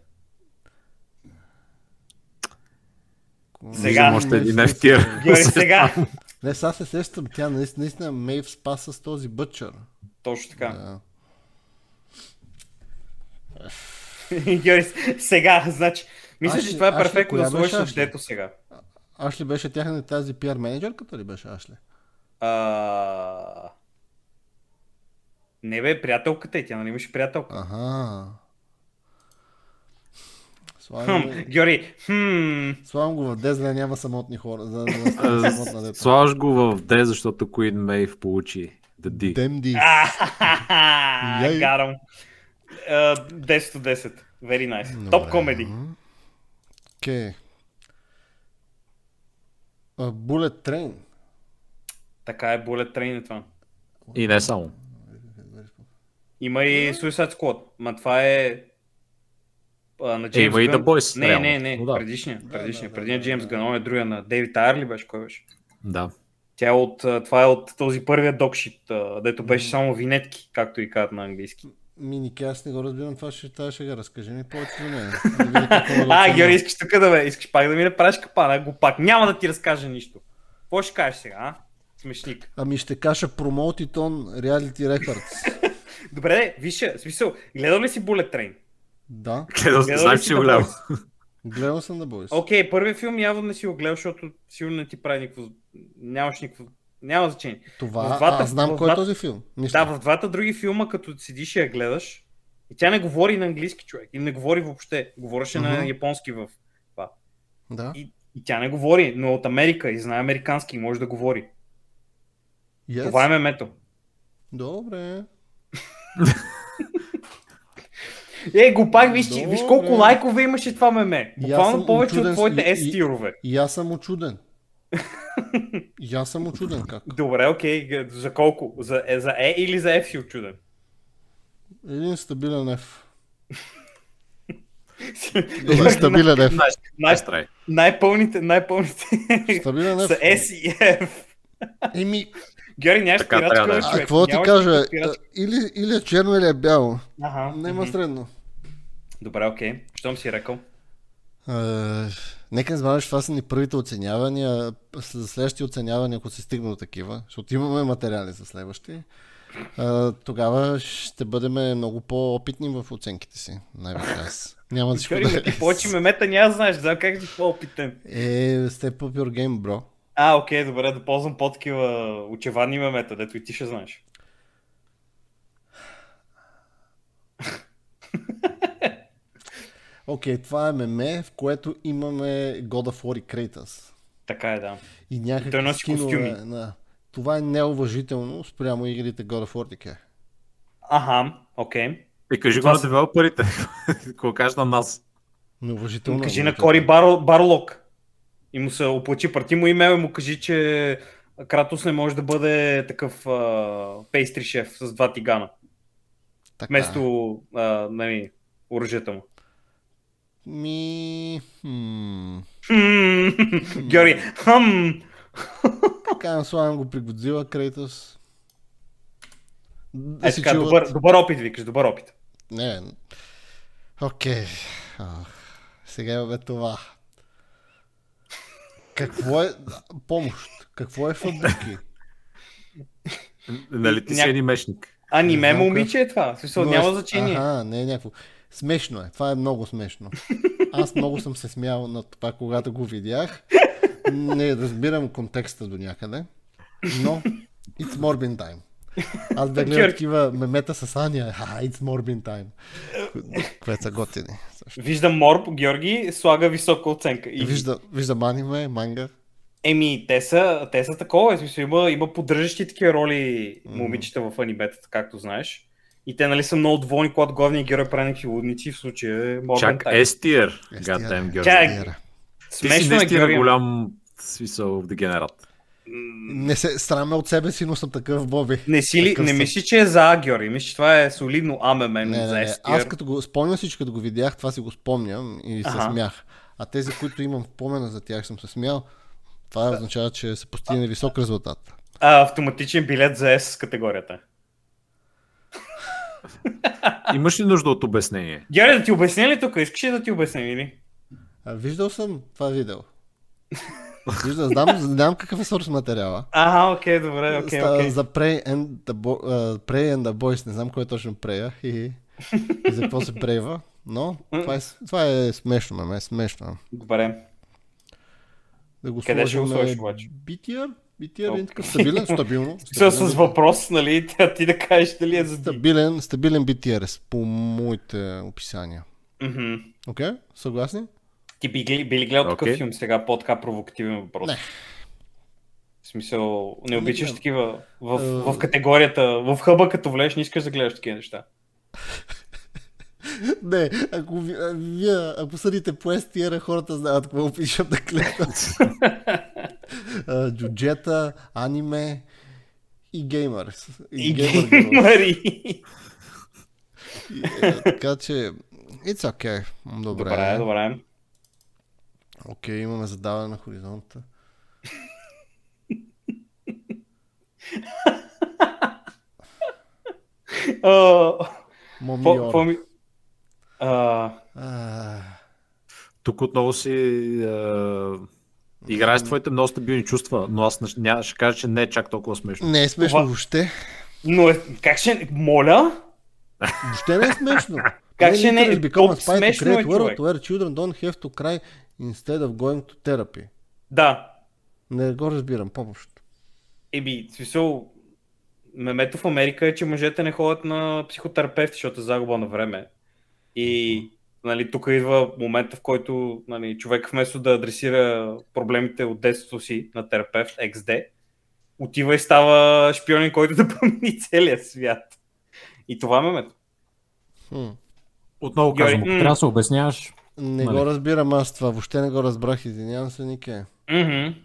Speaker 3: Сега.
Speaker 1: Виждам още един FTR.
Speaker 3: Георги, сега.
Speaker 2: Не, сега се сещам, тя наистина, наистина Мейв спа с този бъчер. Е,
Speaker 3: Точно така.
Speaker 2: Да.
Speaker 3: Георги, сега, значи, мисля,
Speaker 2: Аз
Speaker 3: че
Speaker 2: ще-
Speaker 3: това е
Speaker 2: аз ще-
Speaker 3: перфектно
Speaker 2: коя
Speaker 3: да сложиш
Speaker 2: беше
Speaker 3: с
Speaker 2: Ашли?
Speaker 3: дето сега.
Speaker 2: Ашли беше тяхна тази пиар менеджерката ли беше Ашли?
Speaker 3: А... Не бе, приятелката е, тя нали имаше приятелка.
Speaker 2: Аха. Слагам,
Speaker 3: Хм,
Speaker 2: го-
Speaker 3: Георги, хм,
Speaker 2: слагам го в дез, да няма самотни хора, за да не стане самотна
Speaker 1: А,
Speaker 2: дета.
Speaker 1: Слагаш го в D, защото Queen Maeve получи The D.
Speaker 2: Демди.
Speaker 3: а,
Speaker 2: Яй.
Speaker 3: гарам. А, 10 от 10. Very nice. Топ комеди.
Speaker 2: Окей. А, Bullet Train.
Speaker 3: Така е Bullet Train това.
Speaker 1: И не само.
Speaker 3: Има и Suicide Squad, ма това е а, на Джеймс
Speaker 1: Е, Има и
Speaker 3: Гън.
Speaker 1: The Boys,
Speaker 3: Не,
Speaker 1: реално.
Speaker 3: не, не,
Speaker 1: Но да.
Speaker 3: предишния, предишния,
Speaker 2: да,
Speaker 3: предишния
Speaker 2: да,
Speaker 3: Джеймс
Speaker 2: да.
Speaker 3: Гън, он е другия на Дейвид Арли беше, кой беше?
Speaker 1: Да.
Speaker 3: Тя е от, а, това е от този първия докшит, а, дето беше само винетки, както и казват на английски.
Speaker 2: Миники, аз не го разбирам това, ще тази ще Разкажи ми повече за нея. Да видя какво е
Speaker 3: А,
Speaker 2: лакомно.
Speaker 3: Георги, искаш тук да бе, искаш пак да ми направиш капана, го пак. Няма да ти разкажа нищо. Какво ще кажеш сега, а? Смешник.
Speaker 2: Ами ще кажа Promoted on Reality Records.
Speaker 3: Добре, де, виж, я, в смисъл, гледал ли си Bullet Train?
Speaker 2: да,
Speaker 3: Гледал
Speaker 1: Гледал,
Speaker 3: ли
Speaker 1: знаеш,
Speaker 3: си
Speaker 1: че
Speaker 3: The
Speaker 1: го гледам.
Speaker 3: Boys?
Speaker 2: гледал съм да Boys.
Speaker 3: Окей, първият филм явно не си го гледал, защото сигурно не ти прави никакво... Нямаш никакво... Няма значение.
Speaker 2: Това,
Speaker 3: в двата-
Speaker 2: а, знам
Speaker 3: в
Speaker 2: кой е
Speaker 3: двата-
Speaker 2: този филм. Нищо.
Speaker 3: Да, в двата други филма, като седиш и я гледаш, и тя не говори на английски човек. И не говори въобще. Говореше на
Speaker 2: Мгм.
Speaker 3: японски в
Speaker 2: да.
Speaker 3: И, и тя не говори, но е от Америка и знае американски и може да говори.
Speaker 2: Yes.
Speaker 3: Това е мемето.
Speaker 2: Добре.
Speaker 3: Е, го пак, виж, ти,
Speaker 2: Добре.
Speaker 3: виж колко лайкове имаше това меме.
Speaker 2: И аз
Speaker 3: Буквално
Speaker 2: съм
Speaker 3: повече
Speaker 2: учуден
Speaker 3: от
Speaker 2: с-
Speaker 3: твоите
Speaker 2: и- и-
Speaker 3: S-тирове.
Speaker 2: И аз съм очуден. и аз съм очуден как.
Speaker 3: Добре, окей, г- за колко? За, е, за E или за F си очуден?
Speaker 2: Един стабилен F. Един
Speaker 3: Най-
Speaker 2: стабилен F.
Speaker 3: най-
Speaker 1: Е, Страй.
Speaker 3: Най-пълните, най-пълните
Speaker 2: Стабилен
Speaker 3: са
Speaker 2: F.
Speaker 3: S и F.
Speaker 2: Еми,
Speaker 3: Георги, нямаш
Speaker 1: Така
Speaker 3: пиратска
Speaker 1: трябва да е.
Speaker 3: бе,
Speaker 2: а
Speaker 3: човек.
Speaker 2: какво ти
Speaker 3: Нямаш
Speaker 2: кажа?
Speaker 3: пиратска-
Speaker 2: Или, или е черно, или е бяло.
Speaker 3: Аха.
Speaker 2: Няма
Speaker 3: мгм.
Speaker 2: средно.
Speaker 3: Добре, окей. Щом си рекал.
Speaker 2: А, Е, нека не забравяш, това са ни първите оценявания. За следващи оценявания, ако се стигне до такива, защото имаме материали за следващи, е, тогава ще бъдем много по-опитни в оценките си. Най-вече аз. Няма да си
Speaker 3: Чори, ма
Speaker 2: го
Speaker 3: ти повече мемета няма знаеш, за как си по-опитен.
Speaker 2: Е, Step Up Your Game, бро.
Speaker 3: А, окей, добре, да ползвам по-такива очевадни мемета, дето и ти ще знаеш.
Speaker 2: Окей, това е меме, в което имаме God of War и Kratos.
Speaker 3: Така е, да.
Speaker 2: И някакви
Speaker 3: Той носи
Speaker 2: скинове,
Speaker 3: костюми.
Speaker 2: Да. Това е неуважително спрямо игрите God of War така.
Speaker 3: Аха, окей.
Speaker 1: И кажи го
Speaker 3: Това
Speaker 1: на
Speaker 3: са-
Speaker 1: девелоперите, какво кажеш на нас.
Speaker 2: Неуважително.
Speaker 3: кажи
Speaker 2: е,
Speaker 3: на
Speaker 2: може
Speaker 3: Кори
Speaker 2: би.
Speaker 3: Бар, Барлок. И му се оплачи, прати му имейл и му кажи, че Кратос не може да бъде такъв а, пейстри шеф с два тигана,
Speaker 2: Така.
Speaker 3: вместо а, нали, оръжията му.
Speaker 2: Ми... Хм...
Speaker 3: Хм, Георги, хм,
Speaker 2: Така слагам го при Годзила, Крейтос. Да
Speaker 3: Е
Speaker 2: си
Speaker 3: така,
Speaker 2: чуват-
Speaker 3: добър, добър опит, викаш, добър опит.
Speaker 2: Не. Окей. Ах, Сега имаме това. Какво е... Помощ. Какво е фабрики?
Speaker 1: Нали ти си
Speaker 3: Ня-
Speaker 1: анимешник?
Speaker 3: Аниме
Speaker 2: Не знам
Speaker 3: момиче е това, в смисъл
Speaker 2: Но
Speaker 3: няма
Speaker 2: е-
Speaker 3: значение.
Speaker 2: Аха, не е някакво. Смешно е. Това е много смешно. Аз много съм се смял на това, когато го видях. Не разбирам контекста до някъде. Но it's Morbin time. Аз да гледам
Speaker 3: Кьорки. такива
Speaker 2: такива мемета с Аня. Ха, it's Morbin time. Което са готини. също.
Speaker 3: Виждам Морб, Георги, слага висока оценка. И...
Speaker 2: Вижда, виждам аниме, манга.
Speaker 3: Еми, те са, те са такова, в смисъл, има, има поддържащи такива роли момичета в аниметата, както знаеш. И те нали са много доволни, когато главният герой прави някакви лудници, в случая е Морган
Speaker 1: Чак S-tier. Goddamn girl.
Speaker 3: Чак,
Speaker 1: Ти си
Speaker 3: Смешно е,
Speaker 1: наистина
Speaker 3: Георги.
Speaker 1: голям смисъл в дегенерат.
Speaker 2: Не се сраме от себе си, но съм такъв Боби.
Speaker 3: Не, си ли,
Speaker 2: Такъв
Speaker 3: не
Speaker 2: съм.
Speaker 3: мисли, че е за А, Георги. Мисли, че това е солидно аме мен
Speaker 2: Не,
Speaker 3: за
Speaker 2: не, не.
Speaker 3: S-tier.
Speaker 2: Аз като го спомням си, че като го видях, това си го спомням и се
Speaker 3: Аха.
Speaker 2: смях. А тези, които имам помена за тях, съм се смял. Това означава, че се постигне висок резултат.
Speaker 3: а, автоматичен билет за S категорията.
Speaker 1: Имаш ли нужда от обяснение?
Speaker 3: Георги, да ти обясня ли тук? Искаш ли да ти обясня или?
Speaker 2: А, виждал съм това видео. Виждал, знам, знам какъв е сорс материала.
Speaker 3: Ага, окей, добре, Е, окей,
Speaker 2: Става
Speaker 3: окей.
Speaker 2: За Prey and, the Bo- а, Prey and the Boys, не знам кой е точно прея и, и за какво се прейва, но това е, това е смешно, ме, е смешно.
Speaker 3: Добре.
Speaker 2: Да го
Speaker 3: Къде ще го
Speaker 2: сложим е,
Speaker 3: сложиш,
Speaker 2: на
Speaker 3: обаче?
Speaker 2: BTR, BTR е такъв стабилен, е? стабилно.
Speaker 3: С,
Speaker 2: стабилен
Speaker 3: с въпрос, нали, тя ти да кажеш дали е за D.
Speaker 2: Стабилен, стабилен BTRS по моите описания.
Speaker 3: Мгм.
Speaker 2: Окей? Съгласни?
Speaker 3: Ти би, гли- би ли гледал такъв
Speaker 1: Окей.
Speaker 3: филм сега, по-така провокативен въпрос?
Speaker 2: Не.
Speaker 3: В смисъл, не обичаш
Speaker 2: гледам.
Speaker 3: такива в,
Speaker 2: Е.
Speaker 3: в категорията, в хъба като влезеш, не искаш да гледаш такива неща.
Speaker 2: Не, ако ви- а, вие, ако съдите по STR, хората знаят какво пишат да гледат. А, Джуджета, аниме и геймър.
Speaker 3: И
Speaker 2: геймър.
Speaker 3: геймари.
Speaker 2: И, а, Така че, it's okay. Добре.
Speaker 3: Добре, добре.
Speaker 2: Окей, имаме задаване на хоризонта.
Speaker 3: Какво какво
Speaker 2: Момиор.
Speaker 3: ми... А,
Speaker 2: А,
Speaker 1: Тук отново си е, играеш с твоите много стабилни чувства, но аз не- ня, ще кажа, че не е чак толкова смешно.
Speaker 2: Не е смешно
Speaker 3: Това-
Speaker 2: въобще.
Speaker 3: Но е, как ще... Моля?
Speaker 2: Въобще не е смешно.
Speaker 3: Как ще не е?
Speaker 2: literally become a
Speaker 3: Топ
Speaker 2: spy to
Speaker 3: смешно
Speaker 2: create
Speaker 3: е,
Speaker 2: world
Speaker 3: човек.
Speaker 2: where children don't have to cry instead of going to therapy.
Speaker 3: Да.
Speaker 2: Не го разбирам, помощ.
Speaker 3: Еби, в смисъл... Мемето в Америка е, че мъжете не ходят на психотерапевти, защото е загуба на време. И нали, тук идва момента, в който нали, човек вместо да адресира проблемите от детството си на терапевт XD, отива и става шпионин, който да промени целия свят. И това е мемето.
Speaker 2: Хм.
Speaker 1: Отново
Speaker 3: Георги,
Speaker 1: казвам,
Speaker 3: м.
Speaker 4: Трябва да се обясняваш.
Speaker 2: Не
Speaker 4: Нали?
Speaker 2: го разбирам аз това, въобще не го разбрах, извинявам се, Нике.
Speaker 3: Мгм.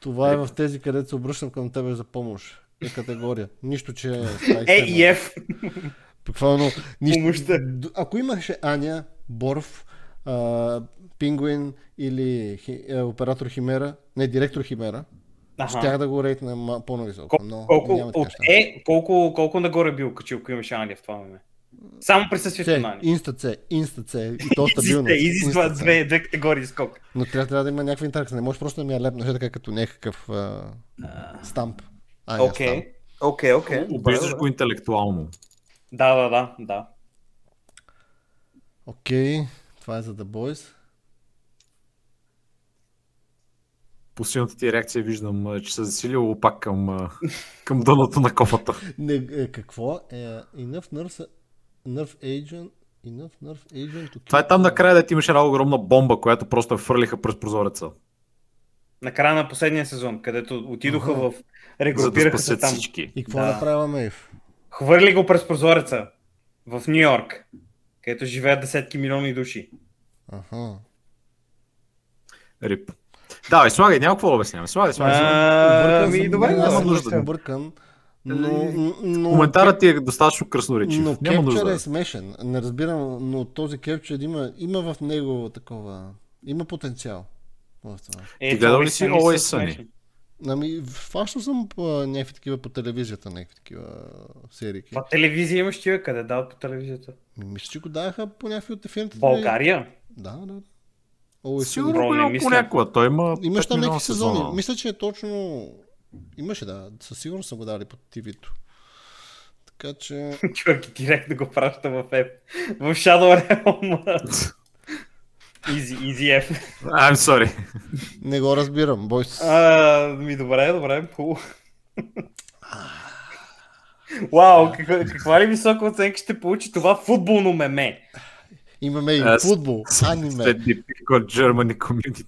Speaker 2: Това е в тези, където се обръщам към тебе за помощ. Е категория. Нищо, че...
Speaker 3: Е, и Еф.
Speaker 2: Буквално, нищо...
Speaker 3: Помощта.
Speaker 2: Д- Ако имаше Аня, Борф, а, Пингуин или хи... е, оператор Химера, не, директор Химера,
Speaker 3: Аха.
Speaker 2: щях да го рейтна ма- по-нависоко,
Speaker 3: Кол-
Speaker 2: но
Speaker 3: Колко,
Speaker 2: няма така
Speaker 3: от
Speaker 2: неща.
Speaker 3: е, колко, колко нагоре бил качил, ако имаш Андия в това време? Само присъствието
Speaker 2: Це,
Speaker 3: на Ани.
Speaker 2: инста це, инста це и то стабилно.
Speaker 3: Изисква- Изисква
Speaker 2: Инста С.
Speaker 3: две, две категории скок.
Speaker 2: Но трябва, трябва да има някаква интеракция. Не можеш просто да ми я лепнеш е така като някакъв а... стамп. А, не, стамп.
Speaker 3: Окей. Окей, окей.
Speaker 1: Обиждаш
Speaker 3: Добре,
Speaker 1: го интелектуално.
Speaker 3: Да, да, да, да.
Speaker 2: Окей, това е за The Boys.
Speaker 1: Посилната ти реакция виждам, а, че се засилило пак към, а, към дъното на кофата.
Speaker 2: Не, е, какво? Е, enough Nerf, nerf Agent Enough Nerf Agent to kill
Speaker 1: Това е там
Speaker 2: all.
Speaker 1: накрая, да ти имаше една огромна бомба, която просто я фърлиха през прозореца.
Speaker 3: Накрая на последния сезон, където отидоха
Speaker 2: Аха.
Speaker 3: в...
Speaker 1: За да
Speaker 3: Регрупираха се
Speaker 1: спасят
Speaker 3: там.
Speaker 1: всички.
Speaker 2: И какво
Speaker 3: Да.
Speaker 2: направила Мейв?
Speaker 3: Хвърли го през прозореца в Нью Йорк, където живеят десетки милиони души.
Speaker 2: Аха.
Speaker 1: Рип. Давай, слагай, няма какво да обясняваме. Слагай, слагай, слагай.
Speaker 3: А,
Speaker 2: Объркан
Speaker 3: ми,
Speaker 2: съм,
Speaker 3: добре,
Speaker 2: аз
Speaker 1: няма
Speaker 2: съм
Speaker 3: да.
Speaker 1: нужда.
Speaker 2: доста объркан, но, но...
Speaker 1: Коментарът ти е достатъчно красноречив.
Speaker 2: Но
Speaker 1: няма
Speaker 2: кепчер
Speaker 1: нужда.
Speaker 2: е смешен. Не разбирам, но този кепчер има, има в него такова... Има потенциал. в това.
Speaker 3: Е,
Speaker 1: Ти гледал ли
Speaker 3: Always
Speaker 1: си
Speaker 3: Sunny
Speaker 1: Always
Speaker 3: са
Speaker 1: Sunny?
Speaker 3: смешни.
Speaker 2: Ами, фащал съм а, някакви такива по телевизията, някакви такива серии.
Speaker 3: По телевизия имаш тия, къде дават по телевизията?
Speaker 2: Мисля, че го даха по някакви от ефирните.
Speaker 3: България?
Speaker 2: Да, да. О, е
Speaker 1: Сигурно
Speaker 2: сигурно.
Speaker 3: Бро,
Speaker 1: го
Speaker 3: не
Speaker 1: има
Speaker 3: мисля.
Speaker 1: понякога. Той има
Speaker 2: Имаш
Speaker 1: пет
Speaker 2: там
Speaker 1: милиона
Speaker 2: някакви сезони.
Speaker 1: сезона.
Speaker 2: Мисля, че е точно... Имаше, да. Със сигурност са го дали по ТВ-то. Така че...
Speaker 3: Човек и директно го праща в F. В Shadow Realm. Easy, easy F.
Speaker 1: I'm sorry.
Speaker 2: Не го разбирам, бой се.
Speaker 3: А, ми добре, добре, хубаво. Вау, каква, каква ли висока оценка ще получи това футболно меме?
Speaker 2: Имаме и
Speaker 1: Аз-
Speaker 2: футбол, аниме,
Speaker 1: След Deep Core Germany Community.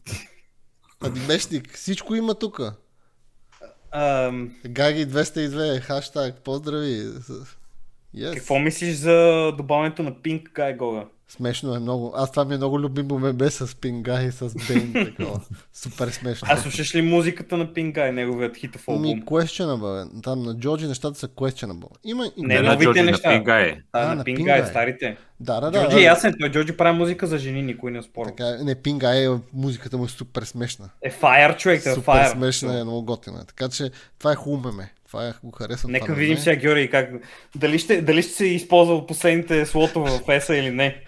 Speaker 2: анимешник. Всичко има тук.
Speaker 3: Ам,
Speaker 2: Гаги 202, хаштаг, поздрави. Yes.
Speaker 3: Какво мислиш за добавянето на Pink Guy Goga?
Speaker 2: Смешно е много. Аз това ми е много любимо меме с пинга и с Бейн. Такова. Супер смешно.
Speaker 3: А слушаш ли музиката на Pink Guy, неговият хитов албум?
Speaker 2: Ми questionable. бе. Там на Джорджи нещата са questionable. Има... и-
Speaker 3: Не,
Speaker 1: на
Speaker 3: новите
Speaker 1: Джорджи, на е.
Speaker 3: неща.
Speaker 1: Пингае.
Speaker 3: А,
Speaker 2: А,
Speaker 3: на
Speaker 2: на
Speaker 3: Pink
Speaker 2: Pink
Speaker 3: Guy,
Speaker 2: Guy.
Speaker 3: старите.
Speaker 2: Да, да, да.
Speaker 3: Джорджи
Speaker 2: да.
Speaker 3: е ясен, той Джорджи прави музика за жени, никой не спорва.
Speaker 2: Така, не, пинга е музиката му е супер смешна.
Speaker 3: Е фаер човек, е
Speaker 2: Супер
Speaker 3: фаер.
Speaker 2: смешна е, много готина. е. Така че това е хубаво меме. Това е, го харесвам.
Speaker 3: Нека
Speaker 2: това меме.
Speaker 3: видим сега Георги как... Дали ще, дали ще се използва последните слотове в ЕСА или не.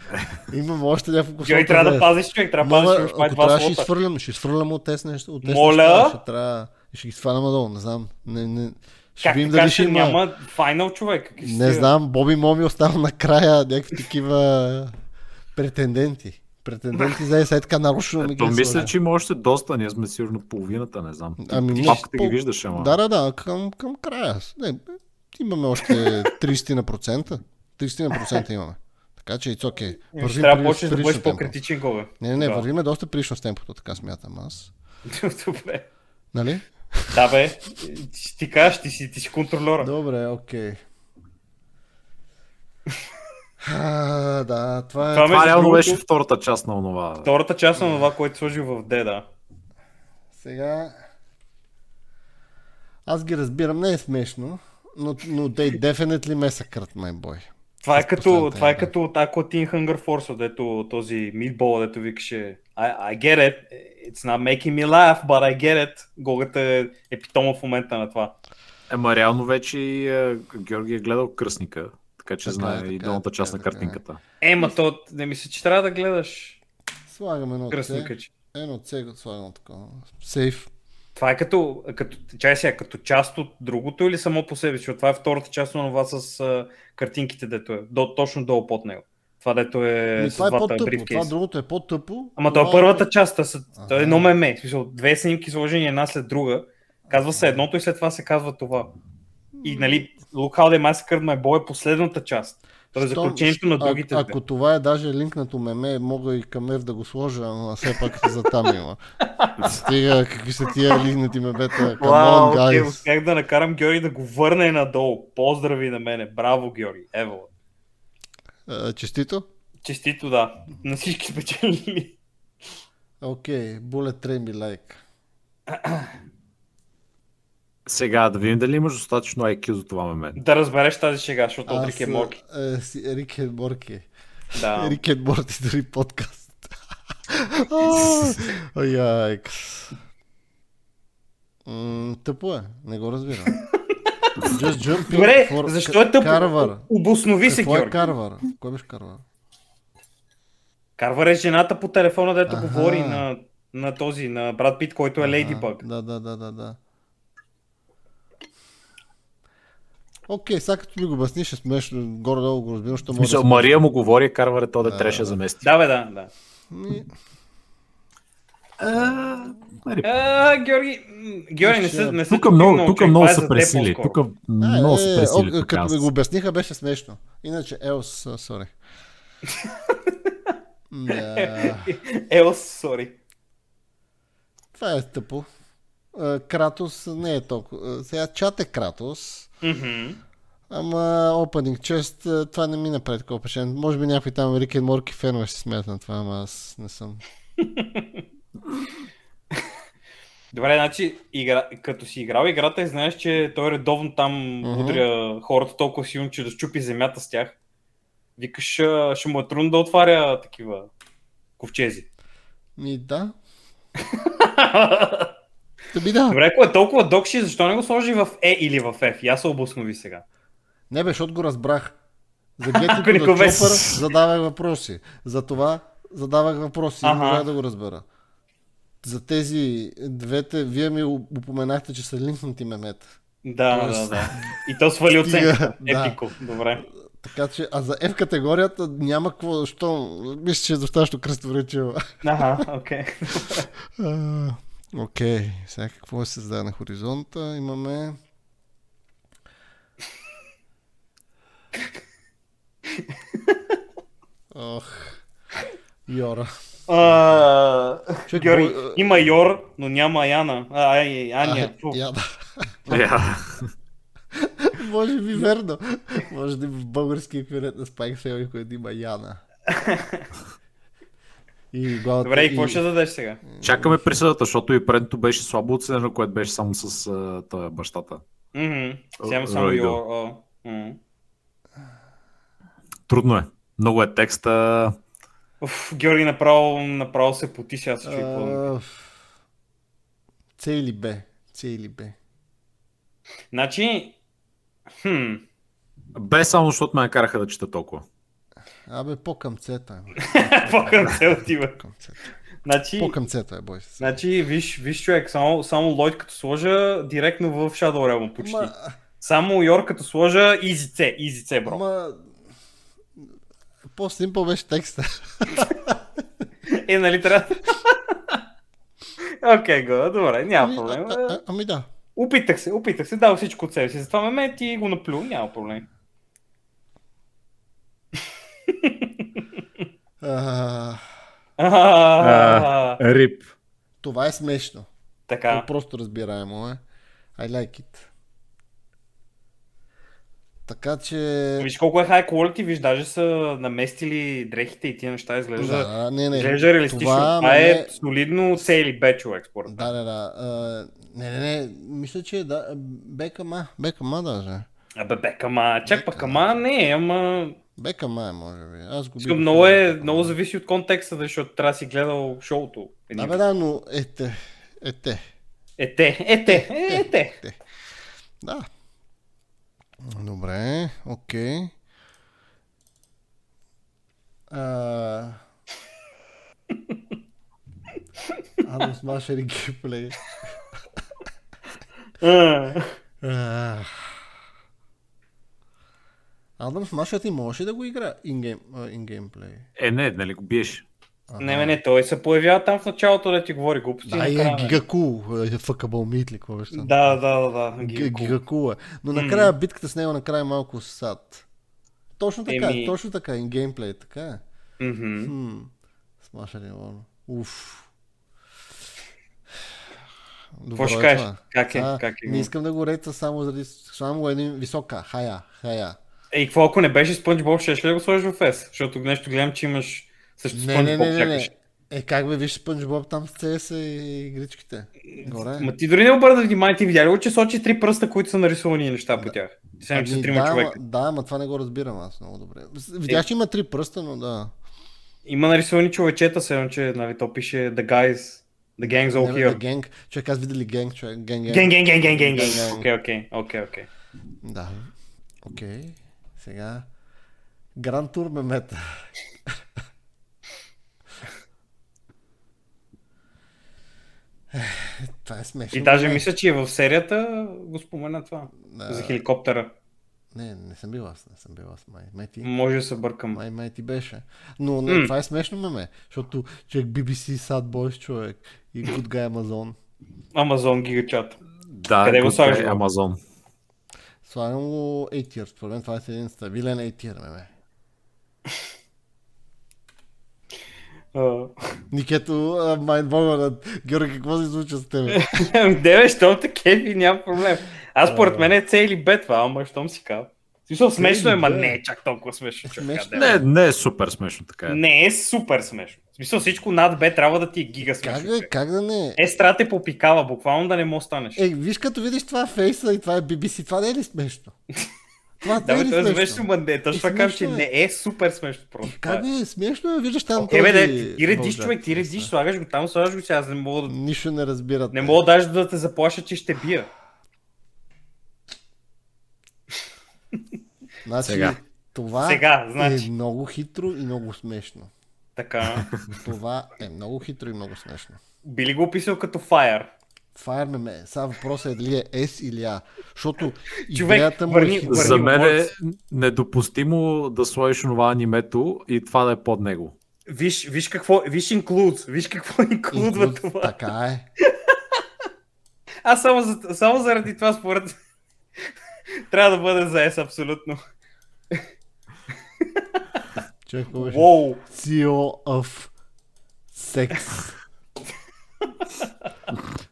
Speaker 2: Имам още няколко
Speaker 3: Георги
Speaker 2: слота
Speaker 3: трябва
Speaker 2: е.
Speaker 3: да пазиш човек, трябва да
Speaker 2: Мога,
Speaker 3: пазиш още
Speaker 2: ако
Speaker 3: два
Speaker 2: трябва, ще
Speaker 3: слота.
Speaker 2: изфърлям, ще изфърлям от тези неща. От тези
Speaker 3: Моля?
Speaker 2: неща, ще трябва, ще ги свалям надолу, не знам. Не, не, ще
Speaker 3: Как
Speaker 2: видим
Speaker 3: така
Speaker 2: дали ще
Speaker 3: ще
Speaker 2: има.
Speaker 3: няма файнал човек? Какви ще
Speaker 2: Не
Speaker 3: стига?
Speaker 2: знам, Боби Моми остава накрая някакви такива претенденти. Претенденти за ЕСА, така нарочно ми ги
Speaker 1: Ето,
Speaker 2: е
Speaker 1: мисля,
Speaker 2: сложил.
Speaker 1: че има още доста. Ние сме сигурно половината, не знам.
Speaker 2: Ами,
Speaker 1: Ти
Speaker 2: не,
Speaker 1: папката ги
Speaker 2: по-
Speaker 1: виждаш, ама.
Speaker 2: Да, да, да, към, към края. Не, бе, имаме още 30 на процента. 30 на процента имаме. Така че it's okay.
Speaker 3: Ще
Speaker 2: Вървим
Speaker 3: трябва да
Speaker 2: при-
Speaker 3: почнеш да
Speaker 2: прилично
Speaker 3: бъдеш
Speaker 2: темпо.
Speaker 3: по-критичен, Гога.
Speaker 2: Не, не, не,
Speaker 3: Тогава.
Speaker 2: вървиме доста прилично с темпото, така смятам аз.
Speaker 3: Добре.
Speaker 2: Нали?
Speaker 3: Да бе, ти- ти кажеш, ти си, ти си контролера.
Speaker 2: Добре, окей. А, да, това е...
Speaker 3: Това ме-
Speaker 1: Това
Speaker 3: Между
Speaker 1: реално
Speaker 3: другото-
Speaker 1: беше втората част на онова.
Speaker 3: Втората част на това, което сложи в Деда.
Speaker 2: Сега... Аз ги разбирам, не е смешно, но, но they definitely ме са крът, май бой.
Speaker 3: Това е
Speaker 2: 100%
Speaker 3: като, това е
Speaker 2: да.
Speaker 3: като от ако Teen Hunger Force, дето този мидбол, дето викаше I, I get it, it's not making me laugh, but I get it. Гогата е епитома в момента на това.
Speaker 1: Ема реално вече и е, Георги е гледал кръсника, така че
Speaker 2: Така е,
Speaker 1: знае и
Speaker 2: така е,
Speaker 1: долната
Speaker 2: така
Speaker 1: част
Speaker 2: е,
Speaker 1: на
Speaker 2: така е.
Speaker 1: картинката.
Speaker 3: Ема то, не мисля, че трябва да гледаш
Speaker 2: Слагам едно
Speaker 3: кръсника.
Speaker 2: C,
Speaker 3: че-
Speaker 2: едно C го слагам такова. Сейф.
Speaker 3: Това е като, като, чай сега, като част от другото или само по себе си, защото това е втората част на това с а, картинките, дето е, до, точно долу под него. Това дето е
Speaker 2: Ми,
Speaker 3: с
Speaker 2: това е
Speaker 3: двата
Speaker 2: по-тъпо, това
Speaker 3: брифкейса.
Speaker 2: другото е по-тъпо.
Speaker 3: Ама
Speaker 2: това
Speaker 3: то е първата част, та са,
Speaker 2: Ага.
Speaker 3: то е едно меме, в смисъл, две снимки сложени една след друга, казва се едното и след това се казва това. И нали, Look How They Massacred My Boy е последната част. То е
Speaker 2: Щом-
Speaker 3: заключението на
Speaker 2: щ- а-
Speaker 3: другите две.
Speaker 2: Ако това е даже линкнато меме, мога и към Ев да го сложа, но все пак за там има. Стига, какви са тия линкнати мебета. Come
Speaker 3: Вау,
Speaker 2: on,
Speaker 3: окей,
Speaker 2: guys.
Speaker 3: успях да накарам Георги да го върне надолу. Поздрави на мене. Браво, Георги. Ево.
Speaker 2: А, Честито.
Speaker 3: Честито, да. На всички спечелили.
Speaker 2: Окей, Bullet Train ми лайк.
Speaker 1: Сега да видим дали имаш достатъчно IQ за това момент.
Speaker 3: Да разбереш тази шега, защото от Рик е Морки.
Speaker 2: Рике Морки.
Speaker 3: Да.
Speaker 2: Рик and Морти дори подкаст. А, Ой, айкс. М, Тъпо е, не го разбирам. Just jump in
Speaker 3: Добре,
Speaker 2: for-
Speaker 3: защо е тъпо?
Speaker 2: Карвар.
Speaker 3: Обоснови се,
Speaker 2: Какво е
Speaker 3: Георги.
Speaker 2: Карвар? Кой беше Карвар?
Speaker 3: Карвар е жената по телефона, дето
Speaker 2: Аха.
Speaker 3: говори на, на този, на брат Пит, който е Лейдибъг.
Speaker 2: А, Да, да, да, да, да. Окей, сега като ми го обясниш, ще смешно, горе-долу го разбирам, що
Speaker 1: В
Speaker 2: може
Speaker 1: смисъл,
Speaker 2: да...
Speaker 1: Мария му говори, карваре то да трябваше да замести.
Speaker 3: Да, бе, да, да.
Speaker 2: Ми,
Speaker 1: А, Мари,
Speaker 3: А, Георги, м, Георги, не се, не се
Speaker 4: Тук много, тук
Speaker 3: е
Speaker 4: много са пресили. Тук
Speaker 2: а,
Speaker 4: много
Speaker 2: е,
Speaker 4: са
Speaker 2: е,
Speaker 4: пресили.
Speaker 2: ок,
Speaker 4: тук
Speaker 2: Като
Speaker 4: аз.
Speaker 2: ми го обясниха, беше смешно. Иначе, елс, сори. Да,
Speaker 3: Ел, сори.
Speaker 2: това е тъпо. А, Кратос не е толкова. а, Сега чат е Кратос. Ама Opening Chest, а, това не ми направи такова впечатление. Може би някой там Rick and Morty фенове ще се смеят на това, ама аз не съм.
Speaker 3: Добре, значи, игра... като си играл играта и знаеш, че той е редовно там
Speaker 2: Мгм.
Speaker 3: удря хората толкова силно, че да щупи земята с тях. Викаш, а, ще му е трудно да отваря такива ковчези.
Speaker 2: Ми да. Да би да.
Speaker 3: Добре, ако е толкова докши, защо не го сложи в E или в F? Я се обоснови сега.
Speaker 2: Не бе, защото го разбрах. За
Speaker 3: Ако не
Speaker 2: гетито
Speaker 3: го
Speaker 2: на
Speaker 3: беше.
Speaker 2: Чопър задавах въпроси. За това задавах въпроси. Не
Speaker 3: Аха.
Speaker 2: можах да го разбера. За тези двете, вие ми упоменахте, че са линкнати мемета.
Speaker 3: Да, да,
Speaker 2: Тоест-
Speaker 3: да. И то свали оценка.
Speaker 2: Да.
Speaker 3: Епико. Добре.
Speaker 2: Така че, а за F категорията няма какво, що, мисля, че е достатъчно кръстворечива.
Speaker 3: Аха, окей.
Speaker 2: А, Окей, сега какво се създаде на хоризонта? Имаме... Ох, Йора.
Speaker 3: А,
Speaker 2: Човек,
Speaker 3: Георги,
Speaker 2: бой-
Speaker 3: има Йор, но няма Яна. А, Ай, Аня.
Speaker 2: А,
Speaker 3: фу.
Speaker 2: я да.
Speaker 1: я.
Speaker 2: Може би верно. Може да има в български еквивалент на Spike Family, който има Яна. И главата,
Speaker 3: Добре, и какво ще дадеш сега?
Speaker 1: Чакаме присъдата, защото и предното беше слабо оценено, което беше само с а, тоя бащата.
Speaker 3: Мгм. Сега имам
Speaker 1: Р-
Speaker 3: само
Speaker 1: Ройдо.
Speaker 3: Йор. а, м.
Speaker 1: Трудно е. Много е текста.
Speaker 3: Уф, Георги направо, направо се поти сега се чуи какво.
Speaker 2: А, С или Б? С или Б?
Speaker 3: Значи, хм,
Speaker 1: Бе само защото ме накараха да чета толкова.
Speaker 2: Абе, по-към цета. е, бе.
Speaker 3: по-към се отива.
Speaker 2: Към цета.
Speaker 3: Значи,
Speaker 2: По-към цета е, бой се.
Speaker 3: значи виж, виж човек, само, само Лойд като сложа директно в Shadow Realm почти.
Speaker 2: Ма,
Speaker 3: Само Йор като сложа изице, изице, бро.
Speaker 2: ма... По-симпъл беше текста.
Speaker 3: Е, нали трябва... Окей, го, добре, няма
Speaker 2: Ами,
Speaker 3: проблем.
Speaker 2: а- а- Ами да.
Speaker 3: Опитах се, опитах се, дал всичко от себе си. Затова ме мет и го наплю, няма проблем.
Speaker 2: А,
Speaker 3: А,
Speaker 1: Рип.
Speaker 2: Това е смешно.
Speaker 3: Така.
Speaker 2: То Просто разбираемо е. I like it. Така че...
Speaker 3: Виж колко е high quality, виж даже са наместили дрехите и тия неща изглежда.
Speaker 2: Да, не, не.
Speaker 3: Изглежда реалистично.
Speaker 2: Това,
Speaker 3: Това
Speaker 2: ме-
Speaker 3: е солидно C или B човек според мен.
Speaker 2: Да, да, да. А, не, не, не. Мисля, че е, да. Бекама. Бекама даже.
Speaker 3: Абе бе, кама, чак пък
Speaker 2: Бе,
Speaker 3: кама, не, ама...
Speaker 2: Бекама е, може би. Аз го
Speaker 3: Искам,
Speaker 2: бих-
Speaker 3: много е, много зависи от контекста, защото трябва да си гледал шоуто.
Speaker 2: Да, бе, да, но е ете. Ете.
Speaker 3: Е, те, е, те, е, е, те.
Speaker 2: Да. Добре, окей. А... Ано смашери геймплей.
Speaker 3: А.
Speaker 2: А... Адам Смашът ти можеш ли да го игра ингейм, а, ингеймплей?
Speaker 1: Е, не, нали го биеш?
Speaker 3: Не, не, не, той се появява там в началото да ти говори глупости.
Speaker 2: Да,
Speaker 3: накрая, бе.
Speaker 2: е гигакул, фъкабъл мит ли, какво беше там?
Speaker 3: Да, Ами- да, да, да.
Speaker 2: Г-
Speaker 3: Гигакул.
Speaker 2: Гигакула. Но накрая битката с него накрая е малко сад. Точно така,
Speaker 3: Еми-
Speaker 2: точно така, и геймплей, така е.
Speaker 3: Мгм.
Speaker 2: Хм. Смаша ли лоно? Уф. Добро
Speaker 3: ще
Speaker 2: е
Speaker 3: кажеш?
Speaker 2: това.
Speaker 3: Как е?
Speaker 2: А,
Speaker 3: Как е?
Speaker 2: Не искам да го реца само заради само един висока. Хая, хая.
Speaker 3: Ей, какво ако не беше SpongeBob, ще ли да го сложиш в S? Защото нещо гледам, че имаш също
Speaker 2: Не, не, не,
Speaker 3: SpongeBob
Speaker 2: не, не.
Speaker 3: сякаш.
Speaker 2: Е, как бе, виж Спънч Боб там с CS и игричките. Горе.
Speaker 3: Ма ти дори не обърна внимание, ти видя ли, че сочи три пръста, които са нарисувани неща по тях? Сега че са
Speaker 2: Ами,
Speaker 3: трима
Speaker 2: да, ма,
Speaker 3: човека. Е.
Speaker 2: да, ма това не го разбирам аз много добре. Видях, че има три пръста, но да.
Speaker 3: Има нарисувани човечета, седем, че нали, то пише The guys, The gang's all
Speaker 2: Не, бе,
Speaker 3: here.
Speaker 2: бе, генг. Човек, аз видя ли генг, човек? Генг,
Speaker 3: Генг, генг, генг, генг, генг.
Speaker 2: Генг, генг.
Speaker 3: Окей, окей, окей, окей.
Speaker 2: Да. Окей. Сега. Гран Тур мемета. Ех, Това е смешно.
Speaker 3: И даже
Speaker 2: бе.
Speaker 3: мисля, че и в серията го спомена това.
Speaker 2: Да.
Speaker 3: За хеликоптера.
Speaker 2: Не, не съм бил аз, не съм бил аз. Май, май ти,
Speaker 3: Може да се бъркам.
Speaker 2: май, май ти беше. Но не,
Speaker 3: М.
Speaker 2: това е смешно меме, защото човек BBC Sad Boys човек и Good Guy Amazon.
Speaker 3: Амазон гигачат.
Speaker 1: Да,
Speaker 3: Къде го
Speaker 1: Good
Speaker 3: слагаш,
Speaker 1: Guy
Speaker 3: бе?
Speaker 1: Amazon.
Speaker 2: Слагам го A tier, според мен това е един стабилен A tier меме. Никето, а, майндбомърът. Георги, какво се случва с тебе?
Speaker 3: Деве, щом те кефи, няма проблем. Аз според мен е C или B това, ама щом си кал. Смисъл, смешно е, ма не е чак толкова смешно. човек,
Speaker 2: Смешно.
Speaker 3: а, деве.
Speaker 1: Не, не е супер смешно така. Е.
Speaker 3: не е супер смешно. В смисъл, всичко над B трябва да ти е гига
Speaker 2: Как,
Speaker 3: смешно.
Speaker 2: бе, как да не е?
Speaker 3: Естра те попикава, буквално да не му станеш.
Speaker 2: Е, виж като видиш това фейса и това е BBC, това не е ли смешно? Това
Speaker 3: Да,
Speaker 2: не
Speaker 3: бе,
Speaker 2: е ли
Speaker 3: това е
Speaker 2: смешно?
Speaker 3: смешно, ма не, точно
Speaker 2: Смешно
Speaker 3: така казвам, че
Speaker 2: е.
Speaker 3: не е супер смешно просто.
Speaker 2: Как бе, смешно е, виждаш там
Speaker 3: Е, бе,
Speaker 2: този
Speaker 3: де, ти редиш
Speaker 2: бължак.
Speaker 3: човек, ти редиш, слагаш го там, слагаш го сега, аз не мога да...
Speaker 2: Нищо не разбират.
Speaker 3: Не
Speaker 2: бе.
Speaker 3: мога даже да те заплаша, че ще бия.
Speaker 2: Значи,
Speaker 1: Сега.
Speaker 2: Това
Speaker 3: Сега, значи.
Speaker 2: е много хитро и много смешно.
Speaker 3: Така.
Speaker 2: Това е много хитро и много смешно.
Speaker 3: Би ли го описал като Fire?
Speaker 2: Fire меме, сега въпросът е дали е S или А. Защото
Speaker 3: Човек,
Speaker 2: идеята му
Speaker 3: върни-
Speaker 2: е хитра.
Speaker 1: За
Speaker 3: Върни
Speaker 1: мен е
Speaker 3: Awards.
Speaker 1: недопустимо да сложиш това анимето и това да е под него.
Speaker 3: Виж, виж какво, виж includes, виж какво инклудва
Speaker 2: Инклюд-
Speaker 3: това.
Speaker 2: Така е.
Speaker 3: Аз само, за, само заради това според трябва да бъде за S абсолютно.
Speaker 2: Човек, какво беше?
Speaker 3: Уоу!
Speaker 2: CEO of Sex.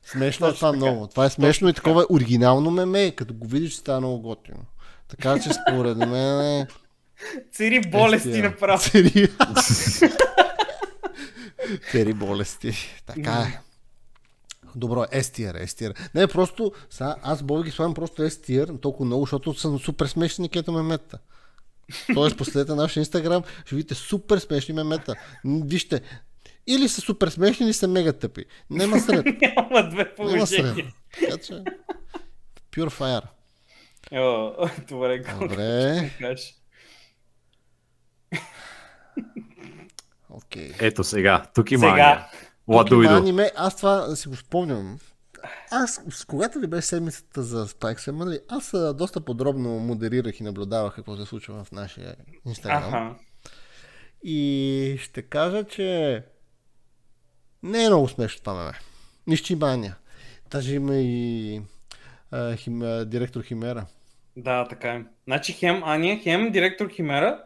Speaker 2: смешно е това много. Това е смешно и такова е оригинално меме, като го видиш става много готино. Така че според мен е...
Speaker 3: Цери болести
Speaker 2: Естия.
Speaker 3: направо.
Speaker 2: Цери... Цери болести. Така е. Добро, е, S-тир, S-тир. Не, просто, сега, аз Боби ги слагам просто S-тир, толкова много, защото са супер смешни кето мемета. Тоест, последете нашия инстаграм, ще видите супер смешни мемета. М, Вижте, или са супер смешни, или са мега тъпи. Нема сред.
Speaker 3: Няма две
Speaker 2: Нема сред.
Speaker 3: положения.
Speaker 2: Така че, pure fire.
Speaker 3: О, Добре, го
Speaker 2: Добре,
Speaker 3: кажеш.
Speaker 2: окей.
Speaker 1: Ето сега, тук има
Speaker 3: Сега.
Speaker 1: Аня. What do
Speaker 2: Тук
Speaker 1: we
Speaker 2: има
Speaker 1: do?
Speaker 2: аниме, аз това си го спомням. Аз, с когато ли беше седмицата за Spike Family, аз а, доста подробно модерирах и наблюдавах какво се случва в нашия Instagram.
Speaker 3: Аха.
Speaker 2: И ще кажа, че не е много смешно това меме. Нищо има Аня. Даже има и а, хим, а, директор Химера.
Speaker 3: Да, така е. Значи хем Аня, хем директор Химера.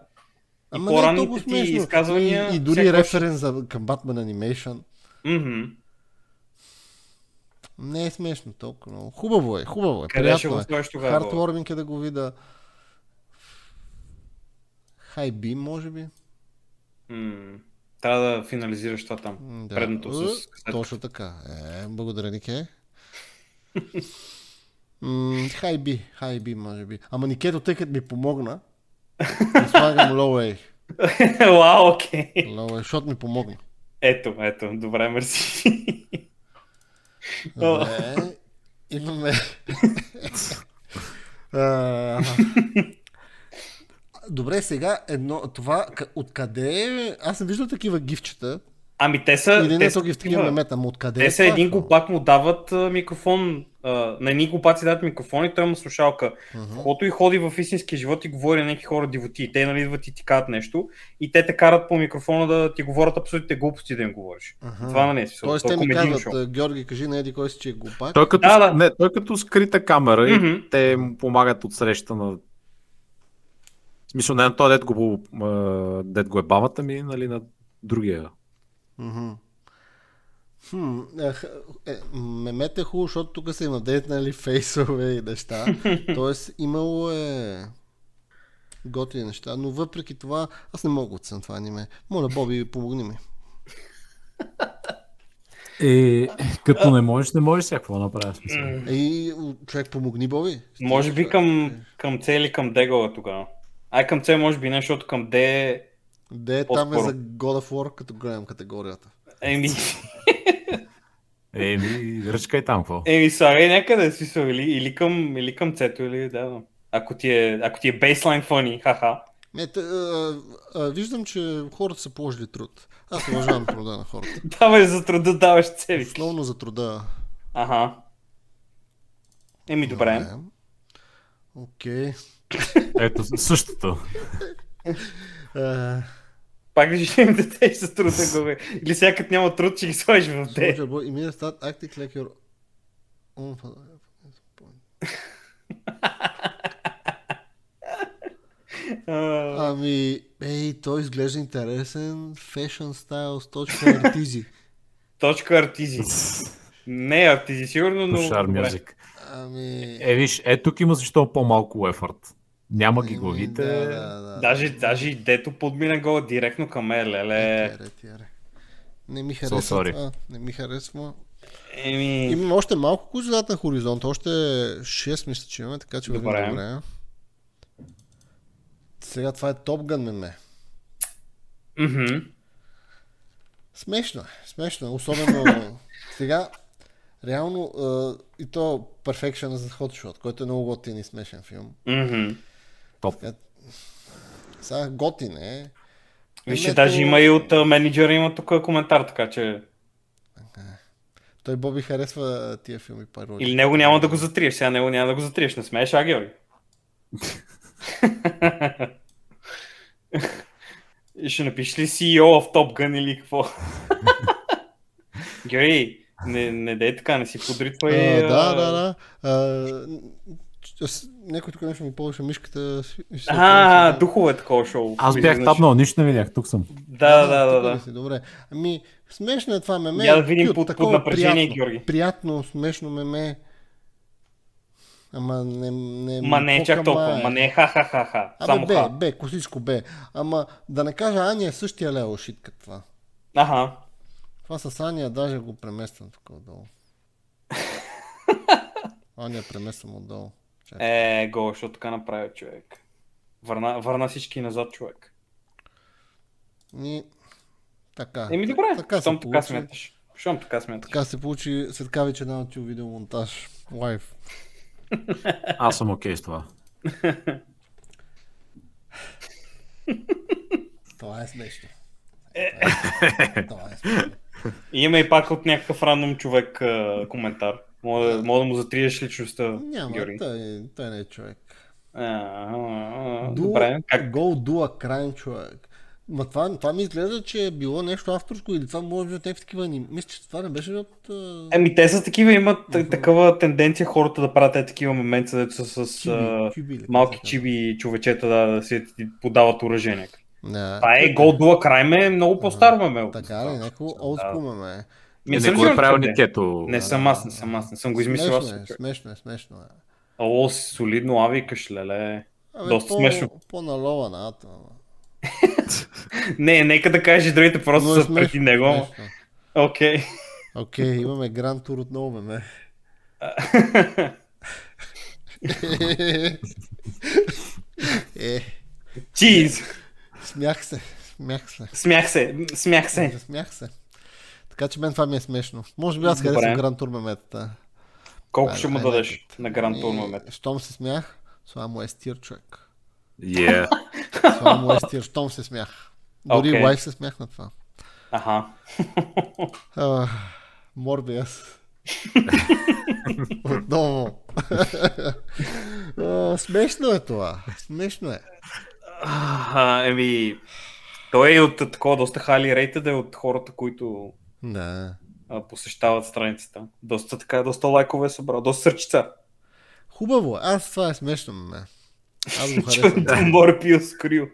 Speaker 2: Ама не е
Speaker 3: по-ранните
Speaker 2: толкова
Speaker 3: ти
Speaker 2: смешно.
Speaker 3: изказвания
Speaker 2: и, и дори
Speaker 3: сякаш-
Speaker 2: референс за, към Batman Animation.
Speaker 3: Мгм.
Speaker 2: Не е смешно толкова много. Хубаво е, хубаво е.
Speaker 3: Къде
Speaker 2: приятно
Speaker 3: ще го
Speaker 2: е.
Speaker 3: сложиш тогава, Боби?
Speaker 2: Хардворминг е да го видя. Хай би, може би.
Speaker 3: М, Трябва да финализираш това там.
Speaker 2: М, Да.
Speaker 3: Предното
Speaker 2: Е,
Speaker 3: с
Speaker 2: Точно така. Е, благодаря, Нике. М, Хай би, хай би, може би. Ама Никето, тъй като ми помогна, ми слагам лоуей.
Speaker 3: Вау, окей.
Speaker 2: Лоуей, защото ми помогна.
Speaker 3: Ето, ето. Добре, мерси. О.
Speaker 2: Добре, имаме... А, Добре, сега едно, това к- откъде е? Аз съм виждал такива гифчета.
Speaker 3: Ами те са...
Speaker 2: Или
Speaker 3: те
Speaker 2: не
Speaker 3: са
Speaker 2: толкова в такива мемета, ама откъде
Speaker 3: Те
Speaker 2: е
Speaker 3: са
Speaker 2: това?
Speaker 3: един глупак му дават а, микрофон. А, на едни глупаци дадат микрофон и той има слушалка.
Speaker 2: Мгм.
Speaker 3: Когато и ходи в истинския живот и говори на някакви хора дивоти. Те нали идват и ти казват нещо и те те карат по микрофона да ти говорят абсолютните глупости да им говориш.
Speaker 2: Аха.
Speaker 3: Това нали е смисъл.
Speaker 2: Тоест
Speaker 3: То е
Speaker 2: те ми
Speaker 3: комедийно
Speaker 2: казват,
Speaker 3: шоу.
Speaker 2: а, Георги, кажи на еди кой си, че е глупак.
Speaker 1: Той като,
Speaker 3: Да,
Speaker 1: да,
Speaker 3: да.
Speaker 1: да. Не, той като скрита камера
Speaker 3: Мгм.
Speaker 1: и те му помагат от среща на... В смисъл не на този дед го, а, дед го е бабата ми, нали на другия.
Speaker 2: Мгм. Хм, е, х- е, мемете е хубаво, защото тук са им апдейтнали фейсове и неща. Тоест имало е готини неща, но въпреки това аз не мога да оценя това аниме. Моля, Боби, помогни ми.
Speaker 4: Е, като не можеш, не можеш всяко да направиш. смисъл.
Speaker 3: М,
Speaker 2: Ей, Е, човек, помогни, Боби.
Speaker 3: Може би към, към С или към Д гола тогава. Ай към С може би не, защото към Д е...
Speaker 2: Де там е
Speaker 3: по-скоро.
Speaker 2: за God of War, като гледам категорията.
Speaker 3: Еми...
Speaker 1: Еми, Е, ръчкай там, какво?
Speaker 3: Еми, слагай някъде, смисъл, или, или, към, или към цето, или да, да. Ако ти е, ако ти е baseline funny, ха-ха.
Speaker 2: Е, тъ, а, а, виждам, че хората са положили труд. Аз уважавам труда на хората.
Speaker 3: Даваш за труда, даваш цеви.
Speaker 2: Основно за труда.
Speaker 3: Аха. Еми, добре.
Speaker 2: Да. Окей.
Speaker 1: Ето, същото.
Speaker 2: А,
Speaker 3: Пак ли ще им дадеш с труда глави? Или сега като няма труд, ще ги сложиш в де.
Speaker 2: Soldier Boy immediately start acting like your own father.
Speaker 3: А,
Speaker 2: Ами, ей, той изглежда интересен. Fashion styles, точно артизи.
Speaker 3: Точка артизи. Не е артизи, сигурно, но...
Speaker 1: Шар
Speaker 3: добре.
Speaker 1: мюзик.
Speaker 2: Ами...
Speaker 1: Е, виж, е тук има защо по-малко ефорт. Няма ги
Speaker 2: еми,
Speaker 1: главите.
Speaker 2: Да, ами, да, да.
Speaker 3: Даже, даже и дето подмина гола директно към мен, леле.
Speaker 2: Тяре, тяре. Не ми харесва.
Speaker 1: sorry.
Speaker 2: това. не ми харесва.
Speaker 3: Еми...
Speaker 2: Имаме още малко козелят на хоризонт. Още 6 мисля, че имаме, така че добре.
Speaker 3: Добре.
Speaker 2: добре. Сега това е Top Gun меме.
Speaker 3: мгм.
Speaker 2: Смешно е, смешно е. Особено сега, реално е, и то Perfection за Hotshot, който е много готин и смешен филм.
Speaker 3: Мгм.
Speaker 1: Топ.
Speaker 2: Сега готин е.
Speaker 3: Вижте,
Speaker 2: Мемето-
Speaker 3: даже има и от а, менеджера има тук коментар, така че...
Speaker 2: Той Боби харесва тия филми пароли.
Speaker 3: Или него няма да го затриеш, сега него няма да го затриеш, не смееш, а, Георги? И Ще напишеш ли CEO of Top Gun или какво? Георги, не, не дей така, не си
Speaker 2: а,
Speaker 3: подритвай.
Speaker 2: да,
Speaker 3: а-
Speaker 2: да, да. А, с- някой тук нещо ми ползваше мишката. си- и си-
Speaker 3: А, духове такова шоу.
Speaker 1: Аз бях
Speaker 2: значи-
Speaker 3: Изведнъж.
Speaker 1: тапнал, нищо не видях, тук съм.
Speaker 3: Да, да, да,
Speaker 2: тук
Speaker 3: да.
Speaker 2: ли си? Добре. Ами, смешно е това меме.
Speaker 3: Я да видим
Speaker 2: Кют,
Speaker 3: под- под
Speaker 2: такова
Speaker 3: напрежение,
Speaker 2: приятно,
Speaker 3: Георги.
Speaker 2: Приятно, смешно меме. Ама не... не
Speaker 3: Ма не е чак
Speaker 2: кока,
Speaker 3: толкова,
Speaker 2: е.
Speaker 3: ма не е ха-ха-ха-ха.
Speaker 2: Абе,
Speaker 3: Само
Speaker 2: бе,
Speaker 3: ха.
Speaker 2: бе, косичко бе. Ама да не кажа, Аня е същия лео шит като това.
Speaker 3: Аха.
Speaker 2: Това с Аня даже го премествам тук отдолу. Аня е премествам отдолу. Чакай.
Speaker 3: Е, го, защото така направи човек. Върна, върна всички назад човек.
Speaker 2: И... Така.
Speaker 3: Еми Ами добре,
Speaker 2: така се
Speaker 3: щом така
Speaker 2: получи.
Speaker 3: смяташ. Щом така смяташ.
Speaker 2: Така се получи светкавич една от тю видеомонтаж. Лайв.
Speaker 1: Аз съм окей с това.
Speaker 2: Това е смешно. Е, Това е смешно.
Speaker 3: И има и пак от някакъв рандом човек а, коментар. Мога, да- мога да му затриеш личността,
Speaker 2: Няма,
Speaker 3: Георги.
Speaker 2: той, той не е човек.
Speaker 3: А, а, а,
Speaker 2: Do,
Speaker 3: Добре, как?
Speaker 2: Go do a crime, човек. Ма това, това ми изглежда, че е било нещо авторско или това може би от някакви такива ни... Мисля, че това не беше от... а,
Speaker 3: Еми Ами те са такива, имат т- такава тенденция хората да правят е такива моменти, дето са с а,
Speaker 2: чиби, ли,
Speaker 3: малки
Speaker 2: как се
Speaker 3: чиби човечета да, да си ти подават уражение.
Speaker 2: казва. Да.
Speaker 3: Това е Gold Dual Crime е много по-старо меме.
Speaker 2: Така ли, някакво олдскул меме.
Speaker 1: Е, не го е правил Никето.
Speaker 3: Не съм аз, не съм аз, не съм го измислил аз.
Speaker 2: Смешно е, смешно е, смешно е.
Speaker 3: О, солидно авикаш, леле.
Speaker 2: Абе,
Speaker 3: Доста
Speaker 2: по,
Speaker 3: смешно.
Speaker 2: По-налова на атома.
Speaker 3: Не, нека да кажеш другите
Speaker 2: Но
Speaker 3: просто
Speaker 2: е
Speaker 3: са преди
Speaker 2: смешно,
Speaker 3: него.
Speaker 2: смешно.
Speaker 3: Окей.
Speaker 2: Окей, имаме Гранд Тур отново, меме. е,
Speaker 3: Чиз!
Speaker 2: смях се, смях се.
Speaker 3: Смях се, м, смях се.
Speaker 2: Смях се. Така че мен това ми е смешно. Може би аз
Speaker 3: Добре.
Speaker 2: харесвам Гранд Тур меметата.
Speaker 3: Колко ще му
Speaker 2: I like
Speaker 3: дадеш
Speaker 2: it.
Speaker 3: на Гранд Тур
Speaker 2: И
Speaker 3: момент?
Speaker 2: Щом се смях, само е стир човек.
Speaker 1: Yeah.
Speaker 2: Само е стир, щом се смях. Дори
Speaker 3: Окей.
Speaker 2: okay. лайф се смях на това.
Speaker 3: Аха.
Speaker 2: А, Морбиас. Отново. А, смешно е това. Смешно е.
Speaker 3: А, Еми, той е от такова доста хали рейтед е от хората, които
Speaker 2: Да.
Speaker 3: а, посещават страницата. Доста така, доста лайкове е събрал, доста сърчица.
Speaker 2: Хубаво. е. Аз това е смешно на мен. Аз го харесвам.
Speaker 3: Чудо Морпиус е Крил.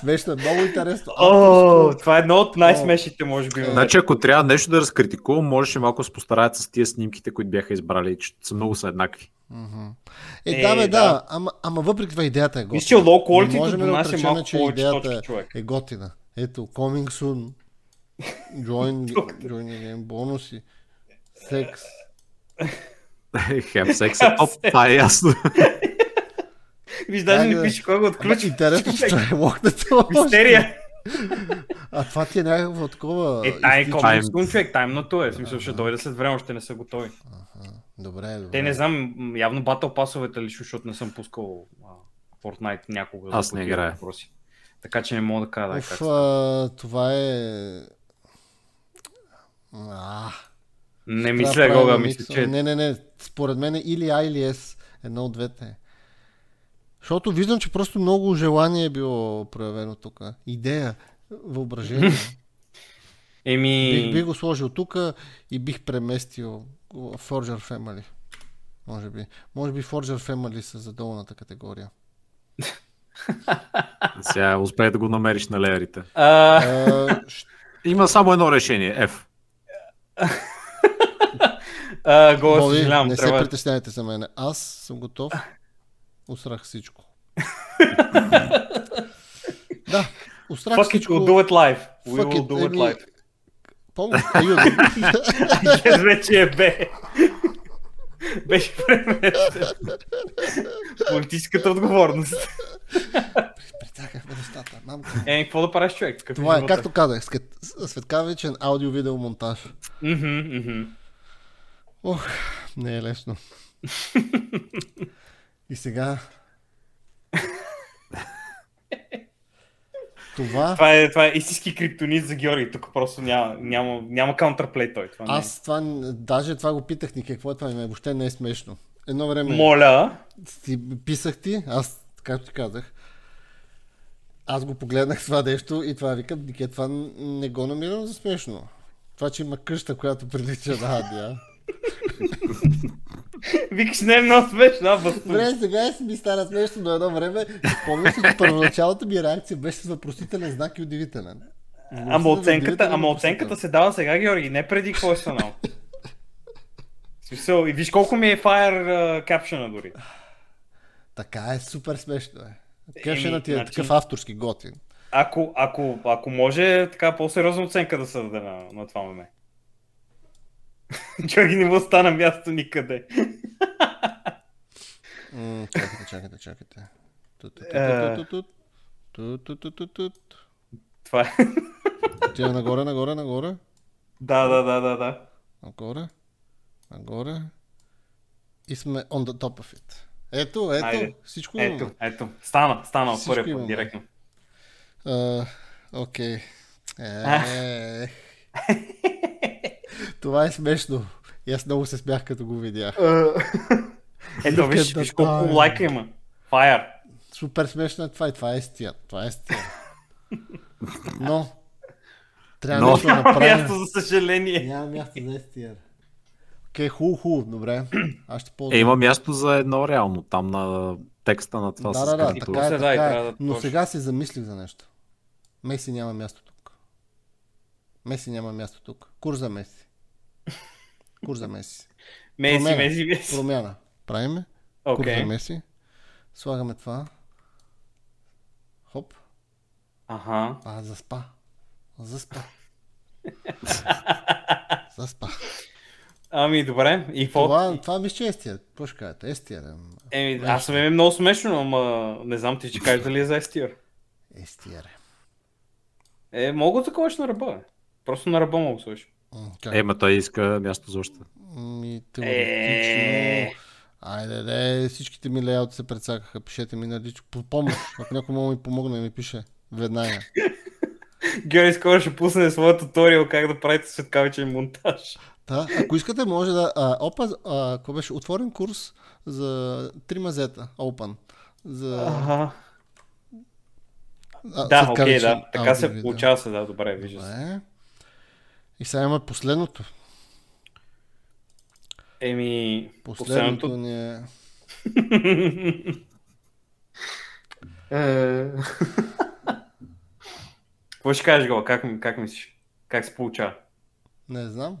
Speaker 2: смешно е. Много интересно.
Speaker 3: О, това е едно от най-смешните, може би. моменти.
Speaker 1: Значи, ако трябва нещо да разкритикувам, можеше малко да се постараят с тия снимките, които бяха избрали, че са много са еднакви.
Speaker 2: Мгм. Е,
Speaker 3: Е,
Speaker 2: да, бе, да.
Speaker 3: да.
Speaker 2: Ама, ама въпреки това идеята е готина.
Speaker 3: Мисля, че low quality
Speaker 2: Не можем
Speaker 3: да донася
Speaker 2: отречем,
Speaker 3: малко
Speaker 2: че
Speaker 3: повече
Speaker 2: идеята
Speaker 3: точки, човек.
Speaker 2: Е готина. Ето, coming soon. Join, join again. Бонуси. Секс.
Speaker 1: Have sex at top, това е ясно.
Speaker 3: Виж, даже
Speaker 2: Да,
Speaker 3: не
Speaker 2: да.
Speaker 3: пише кой го
Speaker 2: Ама
Speaker 3: отключи.
Speaker 2: интересно, че това е лохнато.
Speaker 3: Мистерия.
Speaker 2: А това ти е някакво такова...
Speaker 3: Е, тая е
Speaker 2: изтичане.
Speaker 3: комикс, човек, таймното е. В смисъл, ще дойде след време, още не са готови.
Speaker 2: Аха, Добре, добре.
Speaker 3: Те не знам, м, явно батъл пасовете лично, защото не съм пускал а, Fortnite някога. за
Speaker 1: Аз не
Speaker 3: такива
Speaker 1: играя.
Speaker 3: Въпроси. Така че не мога да кажа. да, е
Speaker 2: Оф,
Speaker 3: как...
Speaker 2: а, това е... А,
Speaker 3: Не
Speaker 2: трябва
Speaker 3: мисля,
Speaker 2: правилно
Speaker 3: Гога,
Speaker 2: микс.
Speaker 3: мисля, че... е-
Speaker 2: Не, не, не. Според мен е или А или С. Едно от двете. Защото виждам, че просто много желание е било проявено тук. Идея, въображение. бих, бих
Speaker 3: Еми,
Speaker 2: го сложил тук и бих преместил Forger Family. Може би. Може би Forger Family са за долната категория.
Speaker 1: Сега успее да го намериш на леерите.
Speaker 3: а,
Speaker 2: А, щ-
Speaker 1: Има само едно решение. F.
Speaker 3: а, Гога,
Speaker 2: Боби,
Speaker 3: съжалявам,
Speaker 2: не се
Speaker 3: трябва...
Speaker 2: притесняйте за мен. Аз съм готов. Усрах всичко. да, усрах
Speaker 3: Fuck it,
Speaker 2: всичко.
Speaker 3: we'll do it live. We
Speaker 2: Fuck
Speaker 3: will
Speaker 2: it,
Speaker 3: do it
Speaker 2: еми,
Speaker 3: live.
Speaker 2: Помни, Аюда.
Speaker 3: Yes, вече е бе. Беше преместен. Политическата отговорност.
Speaker 2: Притягах ме нещата, мамка.
Speaker 3: Е, какво да правиш човек? Какъв
Speaker 2: Това е,
Speaker 3: живота?
Speaker 2: както казах, скет- светкавичен аудио-видео монтаж.
Speaker 3: Мгм, мгм.
Speaker 2: Ох, не е лесно. И сега... Това...
Speaker 3: Това е, това е истински криптонит за Георги. Тук просто няма, няма, няма каунтерплей той. Това не е.
Speaker 2: Аз това, н- даже това го питах ни, какво е това име, въобще не е смешно. Едно време
Speaker 3: Моля.
Speaker 2: ти писах ти, аз, както ти казах, аз го погледнах това нещо и това викам, Нике, това н- не го намирам за смешно. Това, че има къща, която прилича на Адия.
Speaker 3: Викаш, не е много смешно, а бастун.
Speaker 2: Добре, сега си ми стана смешно до едно време. Спомням си, че първоначалната ми реакция беше с въпросителен знак и удивителен.
Speaker 3: Ама оценката, ама
Speaker 2: Удивителен
Speaker 3: оценката
Speaker 2: въпросителен.
Speaker 3: се дава сега, Георги, не преди какво е станало. В Смисъл, и виж колко ми е Fire uh, Caption дори.
Speaker 2: Така е, супер смешно е.
Speaker 3: Еми,
Speaker 2: Кешена ти е
Speaker 3: значи-
Speaker 2: такъв авторски готин.
Speaker 3: Ако, ако, ако може, така по-сериозна оценка да се даде на, на това меме. Георги не му остана място никъде.
Speaker 2: М, Чакайте, чакайте, чакайте. Тут, тут,
Speaker 3: Е.
Speaker 2: тут, тут, тут, тут, тут, тут, тут.
Speaker 3: Това е.
Speaker 2: Отивам нагоре, нагоре, нагоре.
Speaker 3: да, да, да, да, да.
Speaker 2: Нагоре. Нагоре. И сме on the top of it. Ето, ето,
Speaker 3: Айде.
Speaker 2: всичко е
Speaker 3: Ето,
Speaker 2: имаме.
Speaker 3: ето. Стана, стана от
Speaker 2: Всичко
Speaker 3: първия път,
Speaker 2: имаме.
Speaker 3: директно.
Speaker 2: А, Окей. Е, Това е смешно. И аз много се смях, като го видях.
Speaker 3: Ето, Е, виж,
Speaker 2: Къде
Speaker 3: виж
Speaker 2: да е-
Speaker 3: колко
Speaker 2: тая?
Speaker 3: лайка има. Fire.
Speaker 2: Супер смешно е това и това е стия. Това е стия. Но, трябва
Speaker 1: Но.
Speaker 2: нещо да
Speaker 3: Няма
Speaker 2: направим.
Speaker 3: място, за съжаление.
Speaker 2: Няма място за STR. Окей, хубаво, хубаво, добре. Аз ще ползвам.
Speaker 1: Е, има място за едно реално. Там на текста на това
Speaker 2: да,
Speaker 1: с
Speaker 2: да, да,
Speaker 1: карикатурата.
Speaker 2: така е,
Speaker 3: После, да, и
Speaker 2: така
Speaker 3: трябва
Speaker 2: е.
Speaker 3: да
Speaker 2: Но
Speaker 3: точно.
Speaker 2: сега се замислих за нещо. Меси няма място тук. Меси няма място тук. Курс за Меси. Курс за Меси.
Speaker 3: Меси,
Speaker 2: Промяна.
Speaker 3: меси, меси.
Speaker 2: Промяна. Правиме? Курс
Speaker 3: Окей.
Speaker 2: за Меси. Слагаме това. Хоп.
Speaker 3: Аха.
Speaker 2: А, заспа. Заспа. заспа.
Speaker 3: Ами, добре. И какво?
Speaker 2: Това, това мисля, че е стия. Какво ще кажете? Естия.
Speaker 3: Еми, аз съм е много смешно, ама не знам ти, че кажеш дали е за STR.
Speaker 2: Естия.
Speaker 3: Е, мога да такова ще на ръба. бе. Просто на ръба мога слушай.
Speaker 1: Е, ма той иска място за още.
Speaker 2: Ми,
Speaker 3: Е.
Speaker 2: теоретично. Айде, де, всичките ми леяути се прецакаха. Пишете ми на лично. По помощ. Ако някой мога ми помогне, ми пише. Веднага.
Speaker 3: Георги скоро ще пусне своя туториал как да правите светкавичен монтаж.
Speaker 2: Та, ако искате, може да... А, опа, а, какво беше? Отворен курс за три мазета. Open. За...
Speaker 3: Ага.
Speaker 2: а,
Speaker 3: Да,
Speaker 2: светкавичен
Speaker 3: окей, да. Така
Speaker 2: аудио,
Speaker 3: се
Speaker 2: видео.
Speaker 3: получава се, да, добре, вижда се.
Speaker 2: Добре. И сега имаме последното.
Speaker 3: Еми,
Speaker 2: Последното
Speaker 3: последното...
Speaker 2: ни е... Е.
Speaker 3: Какво ще кажеш, Гола? Как, ми- как мислиш? Как се получава?
Speaker 2: Не знам.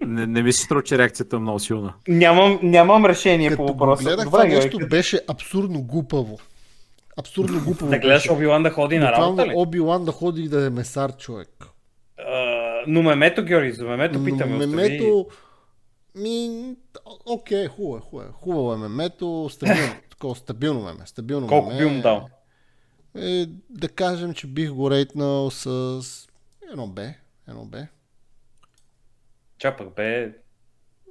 Speaker 1: Не, не ми се струва, че реакцията е много силна.
Speaker 3: Нямам, нямам решение
Speaker 2: Като
Speaker 3: по
Speaker 2: го
Speaker 3: въпроса.
Speaker 2: гледах това
Speaker 3: Добре,
Speaker 2: нещо,
Speaker 3: Георги,
Speaker 2: беше абсурдно глупаво. Абсурдно глупаво.
Speaker 3: да гледаш
Speaker 2: беше.
Speaker 3: Оби-Лан да ходи на работа ли?
Speaker 2: Буквално Оби-Лан да ходи и да е месар човек.
Speaker 3: А, но мемето, Георги, за мемето
Speaker 2: Но
Speaker 3: питаме. Мемето...
Speaker 2: мемето... Ми... Окей, хубаво е, хубаво е. Хубаво е мемето, стабилно. Такова стабилно меме. Стабилно
Speaker 3: Колко
Speaker 2: меме.
Speaker 3: би му дал?
Speaker 2: Е, да кажем, че бих го рейтнал с едно Б. Едно Б.
Speaker 3: Чапък бе.
Speaker 2: И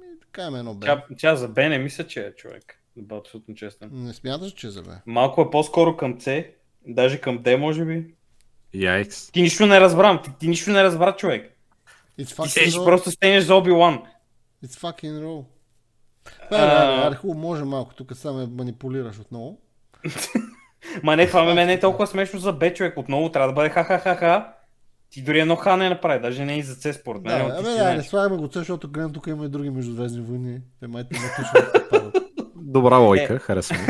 Speaker 2: да кажем едно Б.
Speaker 3: Чап, ча за Б не мисля, че е човек. Да бъда абсолютно честен.
Speaker 2: Не смяташ, че е за Б.
Speaker 3: Малко е по-скоро към С, даже към Д, може би.
Speaker 1: Яйкс.
Speaker 3: Ти нищо не разбрам, ти, ти нищо не разбра, човек.
Speaker 2: It's
Speaker 3: Ти
Speaker 2: fucking
Speaker 3: седиш
Speaker 2: roll.
Speaker 3: просто стенеш за Оби-Лан.
Speaker 2: It's fucking roll. Бе,
Speaker 3: А.
Speaker 2: бе, бе, бе, хубаво, може малко, тук само ме манипулираш отново.
Speaker 3: Ма не, това ме не е толкова смешно за Б, човек. Отново трябва да бъде ха-ха-ха-ха. Ти дори едно ха не направи, даже не и за С според мен.
Speaker 2: Да,
Speaker 3: ама
Speaker 2: бе,
Speaker 3: ти
Speaker 2: бе,
Speaker 3: си
Speaker 2: да, не
Speaker 3: знаеш.
Speaker 2: слагаме го, защото гледам тук има и други междузвездни войни. Те май тематично падат.
Speaker 1: Добра
Speaker 3: Е.
Speaker 1: лойка, харесва ми.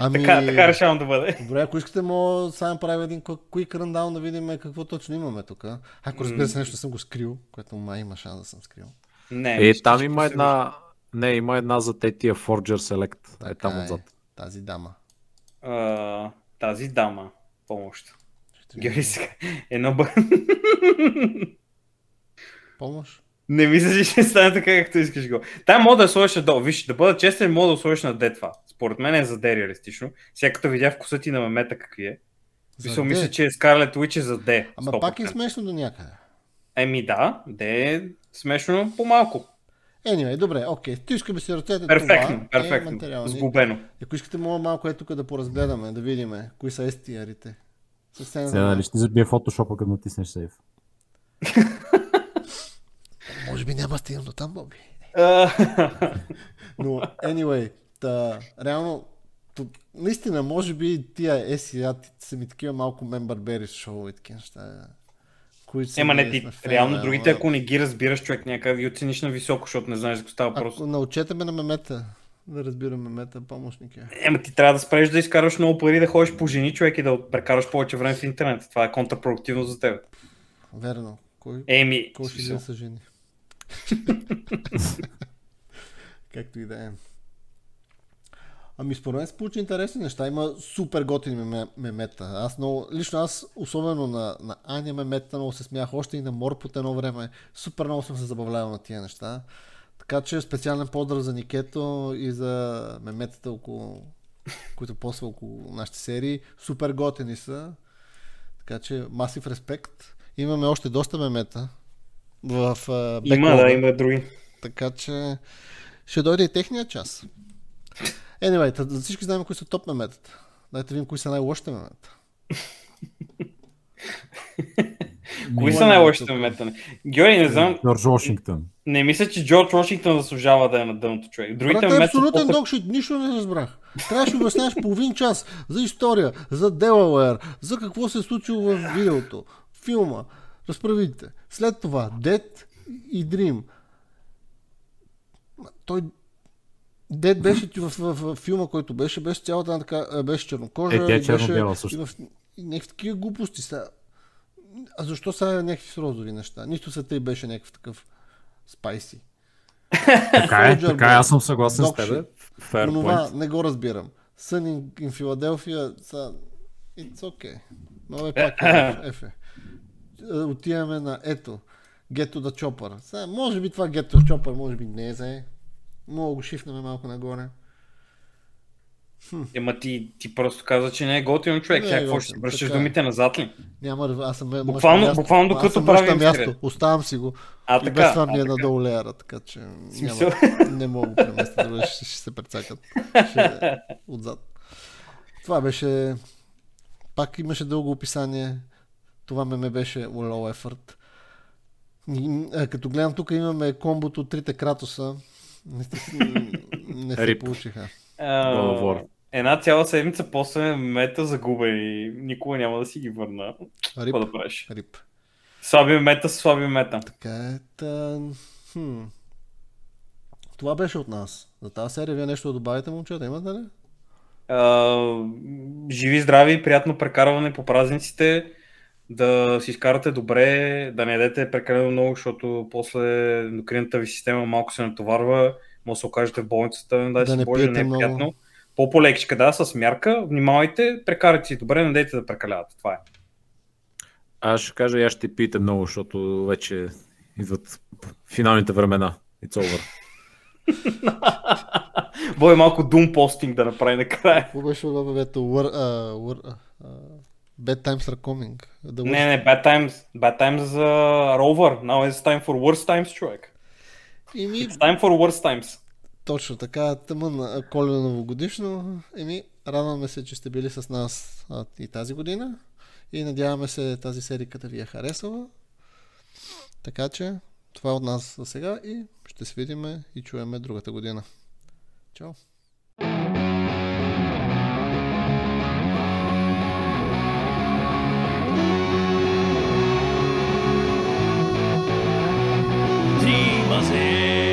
Speaker 2: Ами,
Speaker 3: Така, така решавам да бъде.
Speaker 2: добре, ако искате, мога да сега направим един quick quick rundown да видим какво точно имаме тук. Ако разбира се, нещо съм го скрил, което май има шанс да съм скрил.
Speaker 3: Не,
Speaker 1: Е,
Speaker 3: мисля,
Speaker 1: там
Speaker 3: че
Speaker 1: има
Speaker 3: ще
Speaker 1: една... Не, има една за те тия Forger Select. Е, там
Speaker 2: Така
Speaker 1: отзад.
Speaker 2: Тази дама.
Speaker 3: се види. А, тази дама, помощ.
Speaker 2: Ще видим.
Speaker 3: Гери сега. Едно бъ...
Speaker 2: Помощ?
Speaker 3: Не мисля, че ще стане така, както искаш го. Там мога да сложиш надолу. Виж, да бъда честен, мога да сложиш на Д това. Според мен е за Д реалистично. Сега като видя вкуса ти на мемета какви е.
Speaker 2: За
Speaker 3: Мисля,
Speaker 2: Д.
Speaker 3: мисля, че е Scarlet Witch е за Д.
Speaker 2: Ама
Speaker 3: 100%.
Speaker 2: пак е смешно до някъде.
Speaker 3: Еми да, Д е смешно по-малко.
Speaker 2: Anyway, добре, окей. Стишка ми се ръцете.
Speaker 3: Перфектно,
Speaker 2: това Е
Speaker 3: перфектно.
Speaker 2: материал.
Speaker 3: Сгубено.
Speaker 2: Ако искате, мога малко е тук да поразгледаме, да видим кои са STR-ите. Съвсем
Speaker 4: Сега, нали, ще ти забие фотошопа, като натиснеш сейф.
Speaker 2: Може би няма да стигнем до там, Боби.
Speaker 3: А,
Speaker 2: Но, anyway, та, реално, то, наистина, може би тия SEA ти- са ми такива малко member berries шоу и такива неща. Които са
Speaker 3: Ема
Speaker 2: ми-
Speaker 3: не ти,
Speaker 2: сме фен,
Speaker 3: реално
Speaker 2: ама-
Speaker 3: другите, ако не ги разбираш, човек някак ги оцениш на високо, защото не знаеш за какво става въпрос.
Speaker 2: Ако научете ме на мемета, да разбирам мемета, помощник е.
Speaker 3: Ема ти трябва да спреш да изкараш много пари, да ходиш по жени, човек и да прекараш повече време в интернет. Това е контрапродуктивно за теб.
Speaker 2: Верно. Кой,
Speaker 3: Еми,
Speaker 2: кой ще
Speaker 3: смисъл.
Speaker 2: да са жени? Както и да е. Ами според мен се получи интересни неща. Има супер готини меме, мемета. Аз много, лично аз, особено на, на Аня мемета, много се смях. Още и на Морпот едно време. Супер много съм се забавлявал на тия неща. Така че специален поздрав за Никето и за меметата, около, които после около нашите серии. Супер готини са. Така че масив респект. Имаме още доста мемета в uh,
Speaker 3: има, да, има други.
Speaker 2: така че ще дойде и техния час. Anyway, та- за всички знаем кои са топ меметата. Дайте видим кои са най-лошите мемета.
Speaker 3: Кои са
Speaker 2: е
Speaker 3: най-лошите
Speaker 2: тук. Е.
Speaker 3: момента? Георги, не знам,
Speaker 4: Джордж Вашингтон.
Speaker 3: не мисля, че Джордж Вашингтон заслужава да е на дъното, човек. Другите
Speaker 2: Брат, е
Speaker 3: момента са
Speaker 2: абсолютен
Speaker 3: по-тъп-
Speaker 2: докшит, нищо не разбрах. Трябваше да обясняваш половин час за история, за Делауер, за какво се е случило в видеото, филма, разправите. След това Dead и Dream. Ма, Той Дед беше ти в, в, в, филма, който беше, беше цялата една така, а, беше чернокожа.
Speaker 4: Е, тя е
Speaker 2: и беше-
Speaker 4: черно-бяла също.
Speaker 2: и в- И някакви такива глупости са. А защо са някакви с розови неща? Нищо са тъй беше някакъв такъв спайси.
Speaker 1: Така е,
Speaker 2: Soldier
Speaker 1: така
Speaker 2: Boy.
Speaker 1: е, аз съм съгласен с
Speaker 2: Dog
Speaker 1: тебе.
Speaker 2: shit.
Speaker 1: Fair
Speaker 2: Но това
Speaker 1: point.
Speaker 2: не го разбирам. Сън in, in Philadelphia са... It's okay. Но е пак е, ефе. Е, Отиваме на ето. Гето да Chopper. Сега, може би това Гето да Chopper, може би не е зае. Мога го шифнем малко нагоре.
Speaker 3: Ема ти, ти просто каза, че не е готин човек.
Speaker 2: Не е
Speaker 3: Сега какво
Speaker 2: готин,
Speaker 3: ще си връщаш
Speaker 2: така е.
Speaker 3: думите назад ли?
Speaker 2: Няма, ръв- аз съм мъж на
Speaker 3: Буквално-
Speaker 2: място.
Speaker 3: буквално
Speaker 2: Аз
Speaker 3: докато
Speaker 2: съм мъж на
Speaker 3: правим
Speaker 2: място.
Speaker 3: скрет.
Speaker 2: Оставам си го.
Speaker 3: А
Speaker 2: И без
Speaker 3: така,
Speaker 2: това ми е
Speaker 3: а,
Speaker 2: надолу леера, така че
Speaker 3: Смисъл?
Speaker 2: няма, не мога да го преместя, друго ще, ще се прецакат ще, е отзад. Това беше, пак имаше дълго описание, това ме, ме беше low effort. И, а, Като гледам тук имаме комбото от трите Кратоса, не, се- не се
Speaker 1: Рип.
Speaker 2: получиха.
Speaker 3: а,
Speaker 1: God of War.
Speaker 3: Една цяла седмица после мета загубя и никога няма да си ги върна.
Speaker 2: Рип,
Speaker 3: Какво да правиш?
Speaker 2: рип.
Speaker 3: Слаби мета, слаби мета.
Speaker 2: Така е. Та... Хм. Това беше от нас. За тази серия вие нещо да добавите, момчета, имате ли?
Speaker 3: А, живи, здрави, приятно прекарване по празниците, да си изкарате добре, да не ядете прекалено много, защото после ендокринната ви система малко се натоварва, може да се окажете в болницата, не дай
Speaker 2: Да
Speaker 3: си
Speaker 2: не
Speaker 3: Боже, не
Speaker 2: пиете
Speaker 3: е
Speaker 2: много.
Speaker 3: приятно. По-полекичка, да, с мярка, внимавайте, прекарайте си добре, не дайте да прекалявате, това е.
Speaker 1: Аз ще кажа, и аз ще пиете много, защото вече идват финалните времена. It's over.
Speaker 3: Бой малко дум постинг да направи накрая.
Speaker 2: Какво беше от бебето? Уър... а, Уър... а, а, Bad times are coming. The
Speaker 3: Не,
Speaker 2: worst-
Speaker 3: не, Bad Times, Bad Times uh, are over. Now it's time for worse times, човек.
Speaker 2: Еми,
Speaker 3: It's time for worse times.
Speaker 2: точно така, тъмън а, коледа новогодишно. Еми, радваме се, че сте били с нас а, и тази година. И надяваме се тази сериката ви е харесала. Така че, това е от нас за сега и ще се видиме и чуеме другата година. Чао!
Speaker 5: Dream us in.